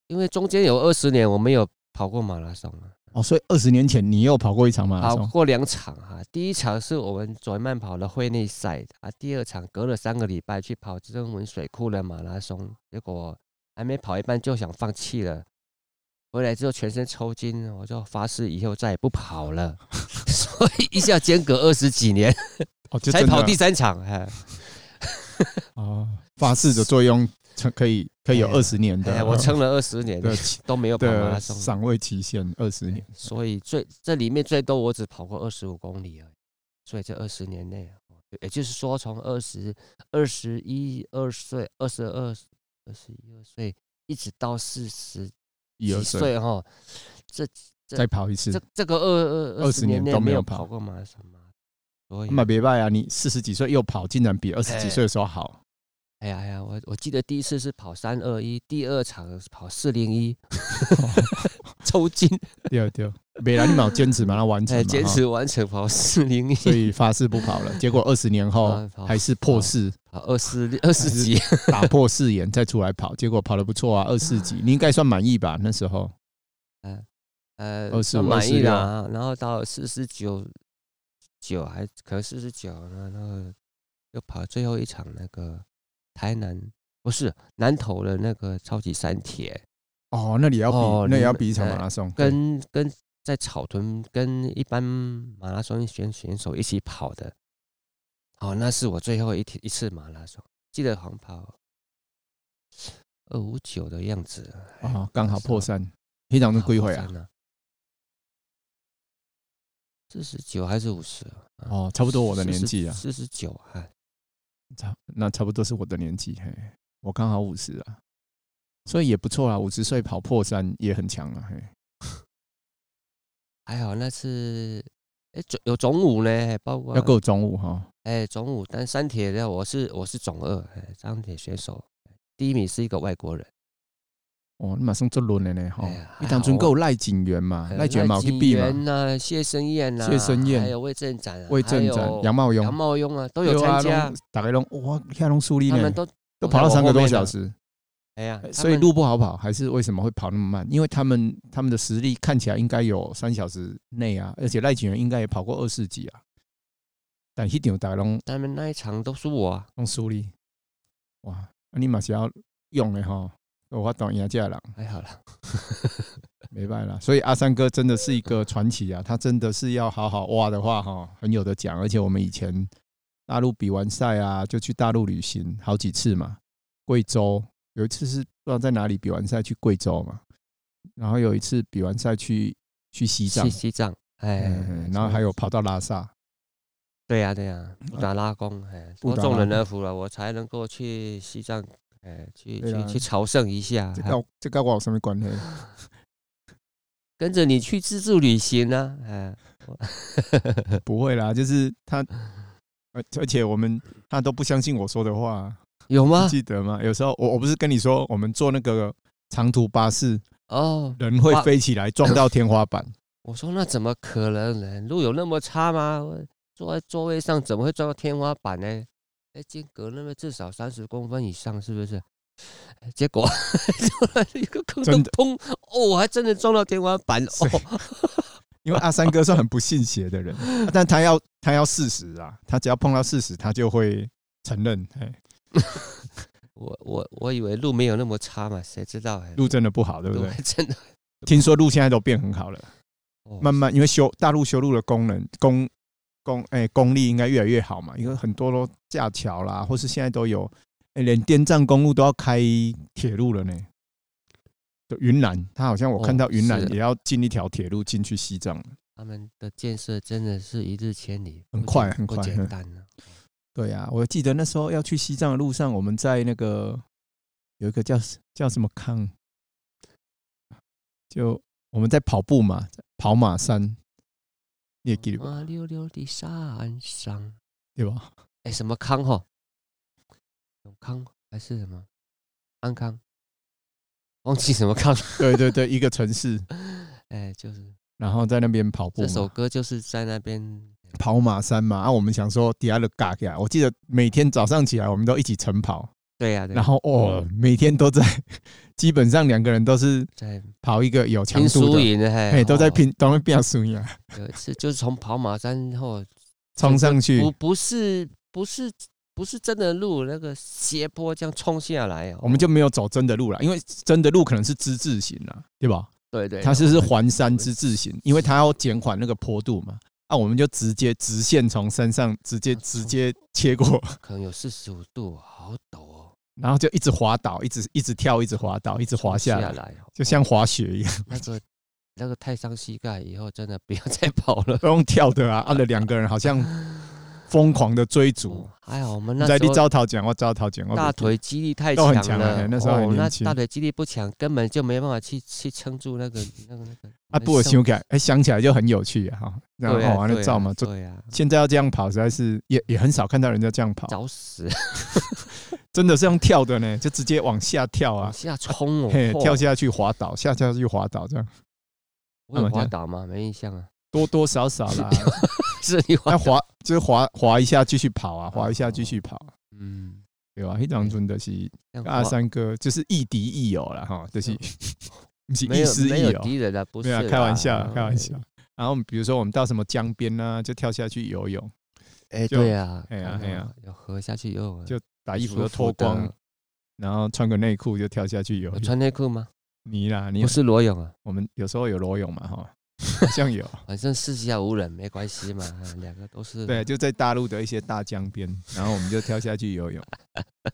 D: 因为中间有二十年我没有跑过马拉松啊了，
C: 哦，所以二十年前你又跑过一场马拉
D: 跑
C: 松，
D: 过两场哈、第一场是我们转慢跑的会内赛啊，第二场隔了三个礼拜去跑曾文水库的马拉松，结果还没跑一半就想放弃了。回来之后全身抽筋，我就发誓以后再也不 跑了，所以一下间隔二十几年
C: 哦，就
D: 才
C: 真的
D: 跑第三场，哎，
C: 哦，发誓的作用成可以可以有
D: 哎
C: 二十年
D: 哎
C: 的，
D: 我撑了二十年
C: 啊对
D: 都没有跑马拉
C: 的
D: 松，哎
C: 赏味期限二十年，
D: 所以最这里面最多我只跑过二十五公里而已，所以这二十年内，啊也就是说从二十二十一二岁、二十二、二十一二岁，一直到四十
C: 一二
D: 几
C: 岁
D: 岁哈，这这
C: 再跑一次
D: 这，这个二二
C: 20
D: 年
C: 年
D: 内
C: 都
D: 没
C: 没有
D: 有
C: 跑
D: 跑过马拉松嘛，所以
C: 那别拜啊！你四十几岁又跑，竟然比二十几岁的时候好，
D: 哎呀哎呀，我我记得第一次是跑三二一，第二场是跑四零一，
C: 哦
D: 抽筋，
C: 对对，别来你嘛有坚持把它完成
D: 哎，
C: 嘛，
D: 坚
C: 哈
D: 持完成跑四零一，
C: 所以发誓不跑了。 结果二十年后
D: 啊跑
C: 还是破誓，
D: 跑二十二十几，
C: 打破誓言再出来跑，结果跑得不错啊，二四级，你应该算满意吧？那时候
D: 呃，
C: 25
D: 算满意
C: 26
D: 啦。然后到四十九九还可能四十九呢，然后又跑最后一场那个台南不是南投的那个超级山铁，
C: 哦，哎那里要比
D: 哦
C: 那也
D: 你
C: 要比一场马拉松，对
D: 跟跟在草屯跟一般马拉松选选手一起跑的。哦，那是我最后一天一次马拉松，记得好像跑二五九的样子。啊
C: 哦，刚好破三，一场是归回啊，
D: 四十九还是五十？
C: 哦，差不多我的年纪啊，
D: 四十九啊，
C: 差那差不多是我的年纪，嘿，我刚好五十啊，所以也不错啊，五十岁跑破三也很强啊，嘿，
D: 还好那次，哎、总有总五呢，包括
C: 要够中午哈，
D: 哎、总五，但三铁的我是我是总二，哎、三铁选手，第一名是一个外国人，
C: 哦，你马上做轮了呢，哈
D: 哎呀，
C: 一当
D: 还
C: 中
D: 好哎
C: 够赖景元嘛，赖景元嘛，我去
D: 景
C: 避嘛，
D: 呃元呐、谢生燕呐、
C: 谢生燕
D: 还有魏正展、啊，
C: 魏正
D: 还
C: 展
D: 有、
C: 杨茂
D: 杨
C: 勇。
D: 茂庸啊，都
C: 对
D: 有
C: 啊
D: 参加，
C: 拢大概拢哇，下拢树立
D: 他
C: 呢
D: 们，都
C: 都跑了
D: 在我
C: 三
D: 后
C: 个多
D: 面啊
C: 小时，
D: 哎呀，他
C: 所以
D: 们
C: 路不好跑，还是为什么会跑那么慢？因为他们他们的实力看起来应该有三小时内啊，而且赖景元应该也跑过二四级啊，但一场大概拢
D: 他们那一场都输我啊，
C: 拢输哩，哇，啊你嘛是要用的吼，有法当赢这 人，
D: 还好啦，
C: 没办啦。所以阿三哥真的是一个传奇啊，他真的是要好好挖的话哈，很有的讲。而且我们以前大陆比完赛啊，就去大陆旅行好几次嘛，贵州有一次是不知道在哪里比完赛去贵州嘛，然后有一次比完赛去去 西藏
D: 西，西藏，哎，
C: 嗯，然后还有跑到拉萨，
D: 对呀、对呀、
C: 嗯
D: 布达拉宫，哎，
C: 布
D: 我
C: 达
D: 众
C: 啊拉
D: 人而服了，我才能够去西藏，哎，去
C: 对啊
D: 去
C: 啦
D: 去朝圣一下
C: 这，
D: 哎
C: 跟这跟我有什么关系？
D: 跟着你去自助旅行呢、啊，哎，
C: 不会啦，就是他，而而且我们他都不相信我说的话啊、
D: 有吗
C: 你？记得吗？有时候我我不是跟你说，我们坐那个长途巴士，
D: 哦，
C: 人会
D: 哇
C: 飞起来撞到天花 板。
D: 我说那怎么可能呢？路有那么差吗？我坐在座位上怎么会撞到天花板呢？哎，间隔那么至少三十公分以上，是不是？哎结果 撞了一个坑
C: 真
D: 洞，
C: 的
D: 砰！哦，我还真的撞到天花板
C: 所以
D: 哦。
C: 因为阿三哥是很不信邪的 人，但他要他要事实啊，他只要碰到事实，他就会承认，哎，
D: 我我我以为路没有那么差嘛，谁知道哎，
C: 路真的不好，对不
D: 路
C: 对？
D: 还真的
C: 听说路现在都变很好了，
D: 哦
C: 慢慢因为修大陆修路的功能功功哎功力应该越来越好嘛，因为很多都架桥啦，或是现在都有，哎，连滇藏公路都要开铁路了呢。对云南，他好像我看到
D: 哦
C: 云南
D: 是啊
C: 也要进一条铁路进去西藏了。
D: 他们的建设真的是一日千里，
C: 很
D: 不
C: 快
D: 简
C: 很
D: 不
C: 快
D: 简
C: 嗯
D: 单 啊呢、
C: 对呀、我记得那时候要去西藏的路上，我们在那个有一个叫叫什么康，就我们在跑步嘛，跑马山，你也记得吧？
D: 啊，溜溜的山上，
C: 对吧？
D: 哎，什么康吼？永康还是什么安康？忘记什么康？
C: 对对对，一个城市，
D: 哎，就是
C: 然后在那边跑步
D: 这
C: 嘛，
D: 首歌就是在那边
C: 跑马山嘛。啊，我们想说底下的嘎嘎，我记得每天早上起来我们都一起晨跑，
D: 对啊呀、对
C: 然后哦，每天都在， 基本上两个人都是
D: 在
C: 跑一个有强
D: 拼
C: 度
D: 输
C: 的，
D: 赢的，
C: 哎，
D: 嘿，
C: 都在
D: 哦。
C: 拼，都会变输赢啊，
D: 有一次就是从跑马山后，
C: 冲上去
D: 不。不是不是不是真的路，那个斜坡这样冲下来哦，
C: 我们就没有走真的路了，因为真的路可能是之字形啦，对吧？
D: 对对，
C: 它
D: 对
C: 是是环山之字形，因为它要减缓那个坡度嘛。啊，我们就直接直线从山上直
D: 啊
C: 接直接切过，
D: 可能有四十五度，好陡哦，
C: 然后就一直滑倒，一直一直跳，一直滑倒，一直滑啊下来，
D: 来哦，
C: 就像滑雪一样，
D: 那个 那个太伤膝盖，以后真的不要再跑了。
C: 都用跳的 啊。按了两个人好像疯狂的追逐
D: 哦。还好我 们那
C: 你在
D: 时
C: 你
D: 候
C: 招桃讲，我招桃讲，我
D: 大腿肌力太
C: 都很
D: 强
C: 强
D: 了
C: 哎，那时候还
D: 哦
C: 年
D: 那
C: 轻
D: 大腿肌力不强，根本就没办法去去撑住那个那个那个
C: 啊，不，我
D: 胸
C: 修改，哎，想起来就很有趣啊哈。然后
D: 对啊
C: 完了
D: 对啊
C: 照嘛，就
D: 对啊，
C: 现在要这样跑，实在是也也很少看到人家这样跑。
D: 找死，啊
C: 真的是用跳的呢，就直接往下跳
D: 往
C: 啊，
D: 下冲哦
C: 嘿，，
D: 嚯
C: 跳下去滑倒，下下去滑倒，这样
D: 我
C: 干嘛
D: 有
C: 这
D: 滑
C: 样
D: 倒吗？没印象啊，
C: 多多少少啦。
D: 是你滑
C: 那
D: 倒，
C: 滑就是滑滑一下，继续跑啊，滑一下继续跑，
D: 嗯，
C: 对吧？那当中的是
D: 这样
C: 阿
D: 滑
C: 三哥，就是亦敌亦友了哈，就是 不是
D: 没
C: 亦
D: 有
C: 师
D: 没
C: 亦
D: 有
C: 友，
D: 敌人啊，不
C: 没
D: 是
C: 有啊
D: 啦，
C: 开玩笑，
D: 嗯
C: 开玩笑。。然后我们比如说我们到什么江边啊，就跳下去游泳，
D: 哎，
C: 就
D: 对啊，
C: 哎呀
D: 刚
C: 哎呀
D: 好有河下去游泳啊，
C: 就把衣服
D: 舒
C: 都脱
D: 服的
C: 光，，然后穿个内裤就跳下去游
D: 有
C: 泳。
D: 穿内裤吗？
C: 你啦，你
D: 不是裸泳啊，
C: 我们有时候有裸泳嘛 哈，好像有。
D: 反正四下无人没关系嘛， 两个都是
C: 对，就在大陆的一些大江边，然后我们就跳下去 游泳。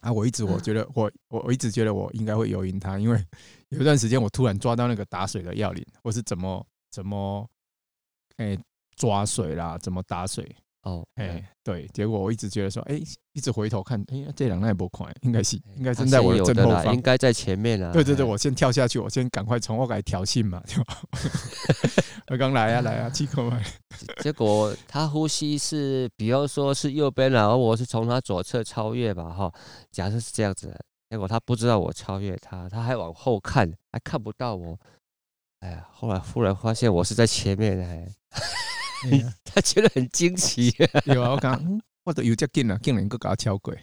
C: 啊，我一直我觉得我我我一直觉得我应该会游赢他，因为 有一段时间我突然抓到那个打水的要领，我是怎么怎么哎、抓水啦，怎么打水，
D: 哦，
C: 哎、
D: 哎，
C: 对，结果我一直觉得说，哎、一直回头看，哎、这两那也不快，应该是应该
D: 他
C: 是在
D: 哎啊先
C: 我的
D: 有
C: 正
D: 的
C: 后
D: 啦，
C: 方
D: 应。该在前面啊。
C: 对对对，
D: 哎
C: 我先跳下去，我先赶快从我改挑衅嘛，对吧？ 我刚来啊来啊，气口嘛，
D: 结果他呼吸是，比方说是右边啦，而我是从他左侧超越吧，哈，假设是这样子的，结果他不知道我超越他，他还往后看，还看不到我。哎呀，后来忽然发现我是在前面，哎，
C: 哎呀
D: 他觉得很惊奇。
C: 有啊，我讲，嗯我都有这劲啊，竟然个给他敲鬼。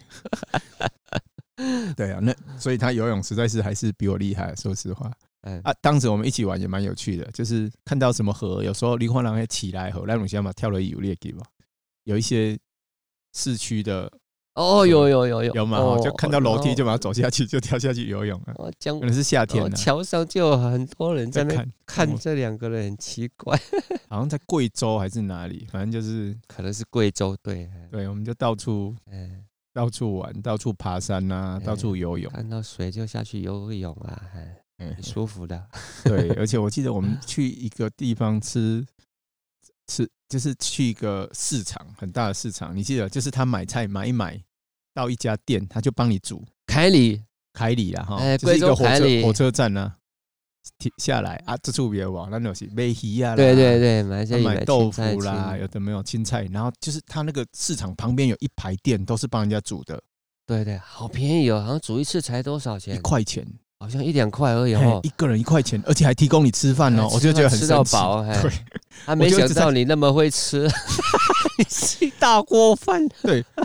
C: 对啊，那所以他游泳实在是还是比我厉害，说实话
D: 嗯，
C: 啊。当时我们一起玩也蛮有趣的，就是看到什么河，有时候林焕郎也起来河，那种想法跳了有列给吧。有一些市区的
D: 哦，有有有有
C: 有嘛，
D: 哦
C: 就看到楼梯就
D: 哦
C: 把它走下去，就跳下去游泳啊。
D: 哦江
C: 可能是夏 天
D: 哦
C: 呢、
D: 桥上就有很多人在
C: 在
D: 那
C: 看，
D: 看
C: 我
D: 这两个人很奇 怪，
C: 好像在贵州还是哪里，反正就是
D: 可能是贵州队，
C: 对，我们就到处
D: 嗯，
C: 到处玩，到处爬山啊，到处游泳。
D: 哎看到水就下去游个泳啊，哎，
C: 嗯
D: 挺舒服的。
C: 对，而且我记得我 们去一个地方吃吃，就是去一个市场，很大的市场，你记得，就是他买菜买一买，到一家店他就帮你煮
D: 凯里，
C: 凯里啦哈，
D: 哎
C: 就是一个
D: 贵州
C: 火
D: 凯
C: 车
D: 里
C: 火车站啊，停下来啊，这处别往那就是买鱼啊啦，
D: 对对对，马来西亚
C: 啊。
D: 有
C: 买豆腐
D: 青菜
C: 啦，
D: 青
C: 有的没有青菜，然后就是他那个市场旁边有一排店，都是帮人家煮的，
D: 对对，好便宜哦，好像煮一次才多少
C: 一
D: 钱？
C: 块钱，
D: 好像一两块而已
C: 嘿
D: 哦。
C: 一个人一块钱，而且还提供你吃饭哦，
D: 哎
C: 我就
D: 吃
C: 觉得很
D: 饭吃到
C: 神奇
D: 饱，哎
C: 对，
D: 他没
C: 就
D: 想
C: 一直在
D: 到你那么 会吃，你是一大锅饭。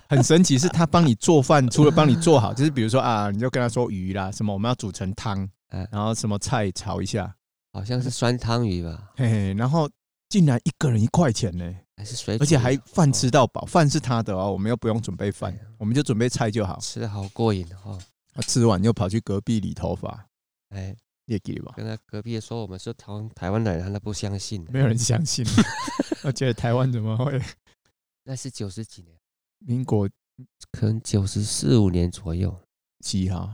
C: 很神奇，是他帮你做饭，除了帮你做好，就是比如说啊，你就跟他说鱼啦，什么我们要煮成汤
D: 嗯，
C: 然后什么菜炒一下，
D: 好像是酸汤鱼吧，
C: 嘿嘿，然后竟然一个人一块钱呢，
D: 还是水煮的？哦
C: 而且还饭吃到饱，饭是他的哦，我们又不用准备饭
D: 对啊，
C: 我们就准备菜就好。
D: 吃的好过瘾哦。
C: 啊吃完又跑去隔壁理头发，
D: 哎，
C: 你也给吧，
D: 跟他隔壁说我们是从台湾来的，他不相信。
C: 没有人相信， 我觉得台湾怎么会？
D: 那是九十几年，
C: 民国
D: 可能九十四五年左右。
E: 嗯
C: 几号？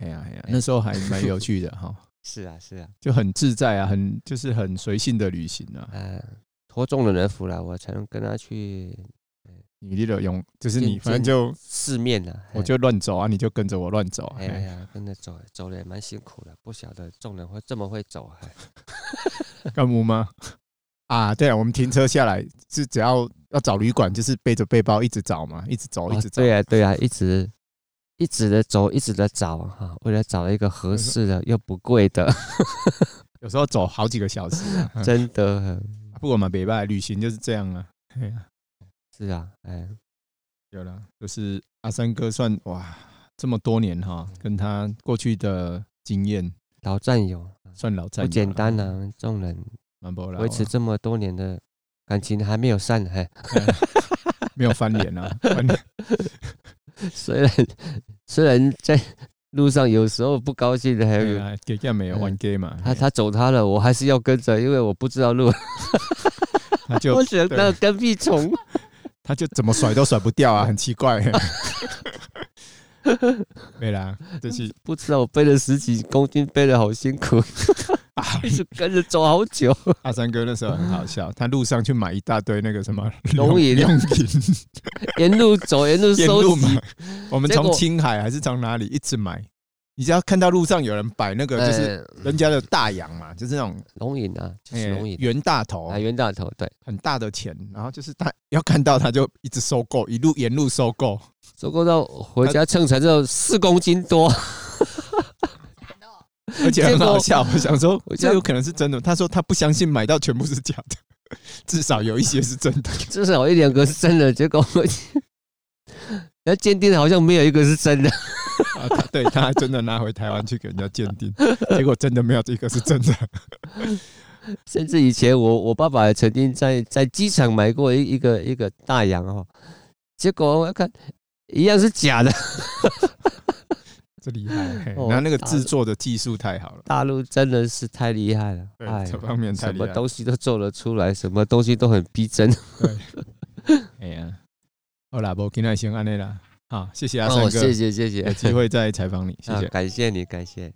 C: 哎呀哎呀，那时候还蛮有趣的 哈，
D: 是啊是啊，
C: 就很自在啊，很就是很随性的旅行
E: 哎
C: 啊。
D: 呃，托众人的福啦，我才能跟他去
C: 你立了勇，就是
D: 见
C: 你反正
D: 见
C: 就
D: 世面
E: 哎
D: 呐。
C: 我就乱走啊，你就跟着我乱走。
D: 哎
C: 哎
D: 哎呀，跟着走走的也蛮辛苦的，不晓得众人会这么会走啊。
C: 干木吗？
E: 哎 啊，对啊，我们停车下来是只要要找旅馆，就是背着背包一直找嘛，一直找，一
D: 哦
E: 直找。
D: 对啊对啊，一直一直的走，一直的找哈、为了找一个合适的又不 贵的，
C: 有时候走好几个小时 啊，嗯
D: 真的很
C: 不过嘛，北拜旅行就是这样啊。哎呀，
D: 是啊，哎，
C: 有了，就是阿三哥算哇，这么多年哈，跟他过去的经验
D: 老战友
C: 算老战友了
D: 不简单，啊，众人
C: 蛮不啊啦，
D: 维持这么多年的感情还没有散，哎，
C: 没有翻脸啊，翻脸
D: 虽然 虽然在路上有时候不高兴的，还
C: 对
D: 有、嗯
C: 啊，给干没有玩啊 gay 嘛，
D: 他他走他了，我还是要跟着，因为我不 知道路，
C: 他就
D: 我只能当跟 屁虫。
C: 他就怎么甩都甩不掉啊，很奇 怪、没啦，这是
D: 不知道我背了十几公斤，背的好辛苦，
C: 啊
D: 一直跟着走好 久。
C: 阿三哥那时候很好笑，他路上去买一大堆那个什么
D: 龙吟
C: 龙吟
D: 沿路走，沿路
C: 沿
D: 收
C: 路
D: 集，
C: 买，我们
D: 结
C: 从
D: 果
C: 青海还是从哪里一直买，你只要看到路上有人摆那个就是
D: 呃
C: 人家的大洋嘛，就是那种
D: 龙吟啊，就是龙
C: 哎
D: 吟
C: 袁大头
D: 啊，冤大头，对，
C: 很大的钱，然后就是他要看到他就一直收购，一路沿路收 购，
D: 收购到回家称才之后四公斤多，
C: 而且很好笑。我想说，
D: 我
C: 这有可能是真的。他说他不相信买到全部是假的，至少有一些是真 的。
D: 至少一两个是真的，结果我 那鉴定的好像没有一个是真的，
C: 啊，他对他还真的拿回台湾去给人家鉴定， 结果真的没有这个是真的。
D: 甚至以前我我爸爸也曾经在在机场买过一一个一个大洋哦，结果我看一样是假的，
C: 这厉害！嘿
D: 哦
C: 然后那个制作的技术太好了，
D: 大陆真的是太厉害了，
C: 对
D: 哎呀
C: 这。方面太
D: 什
C: 厉
D: 么
C: 害。
D: 东西都做得出来，什么东西都很逼 真。
C: 哎呀，好啦，我今天先安内啦，好，谢谢阿三
D: 哦，
C: 哥
D: 谢，谢谢谢
C: 有，机会再采访你，谢
D: 啊
C: 谢。
D: 感谢你，感谢。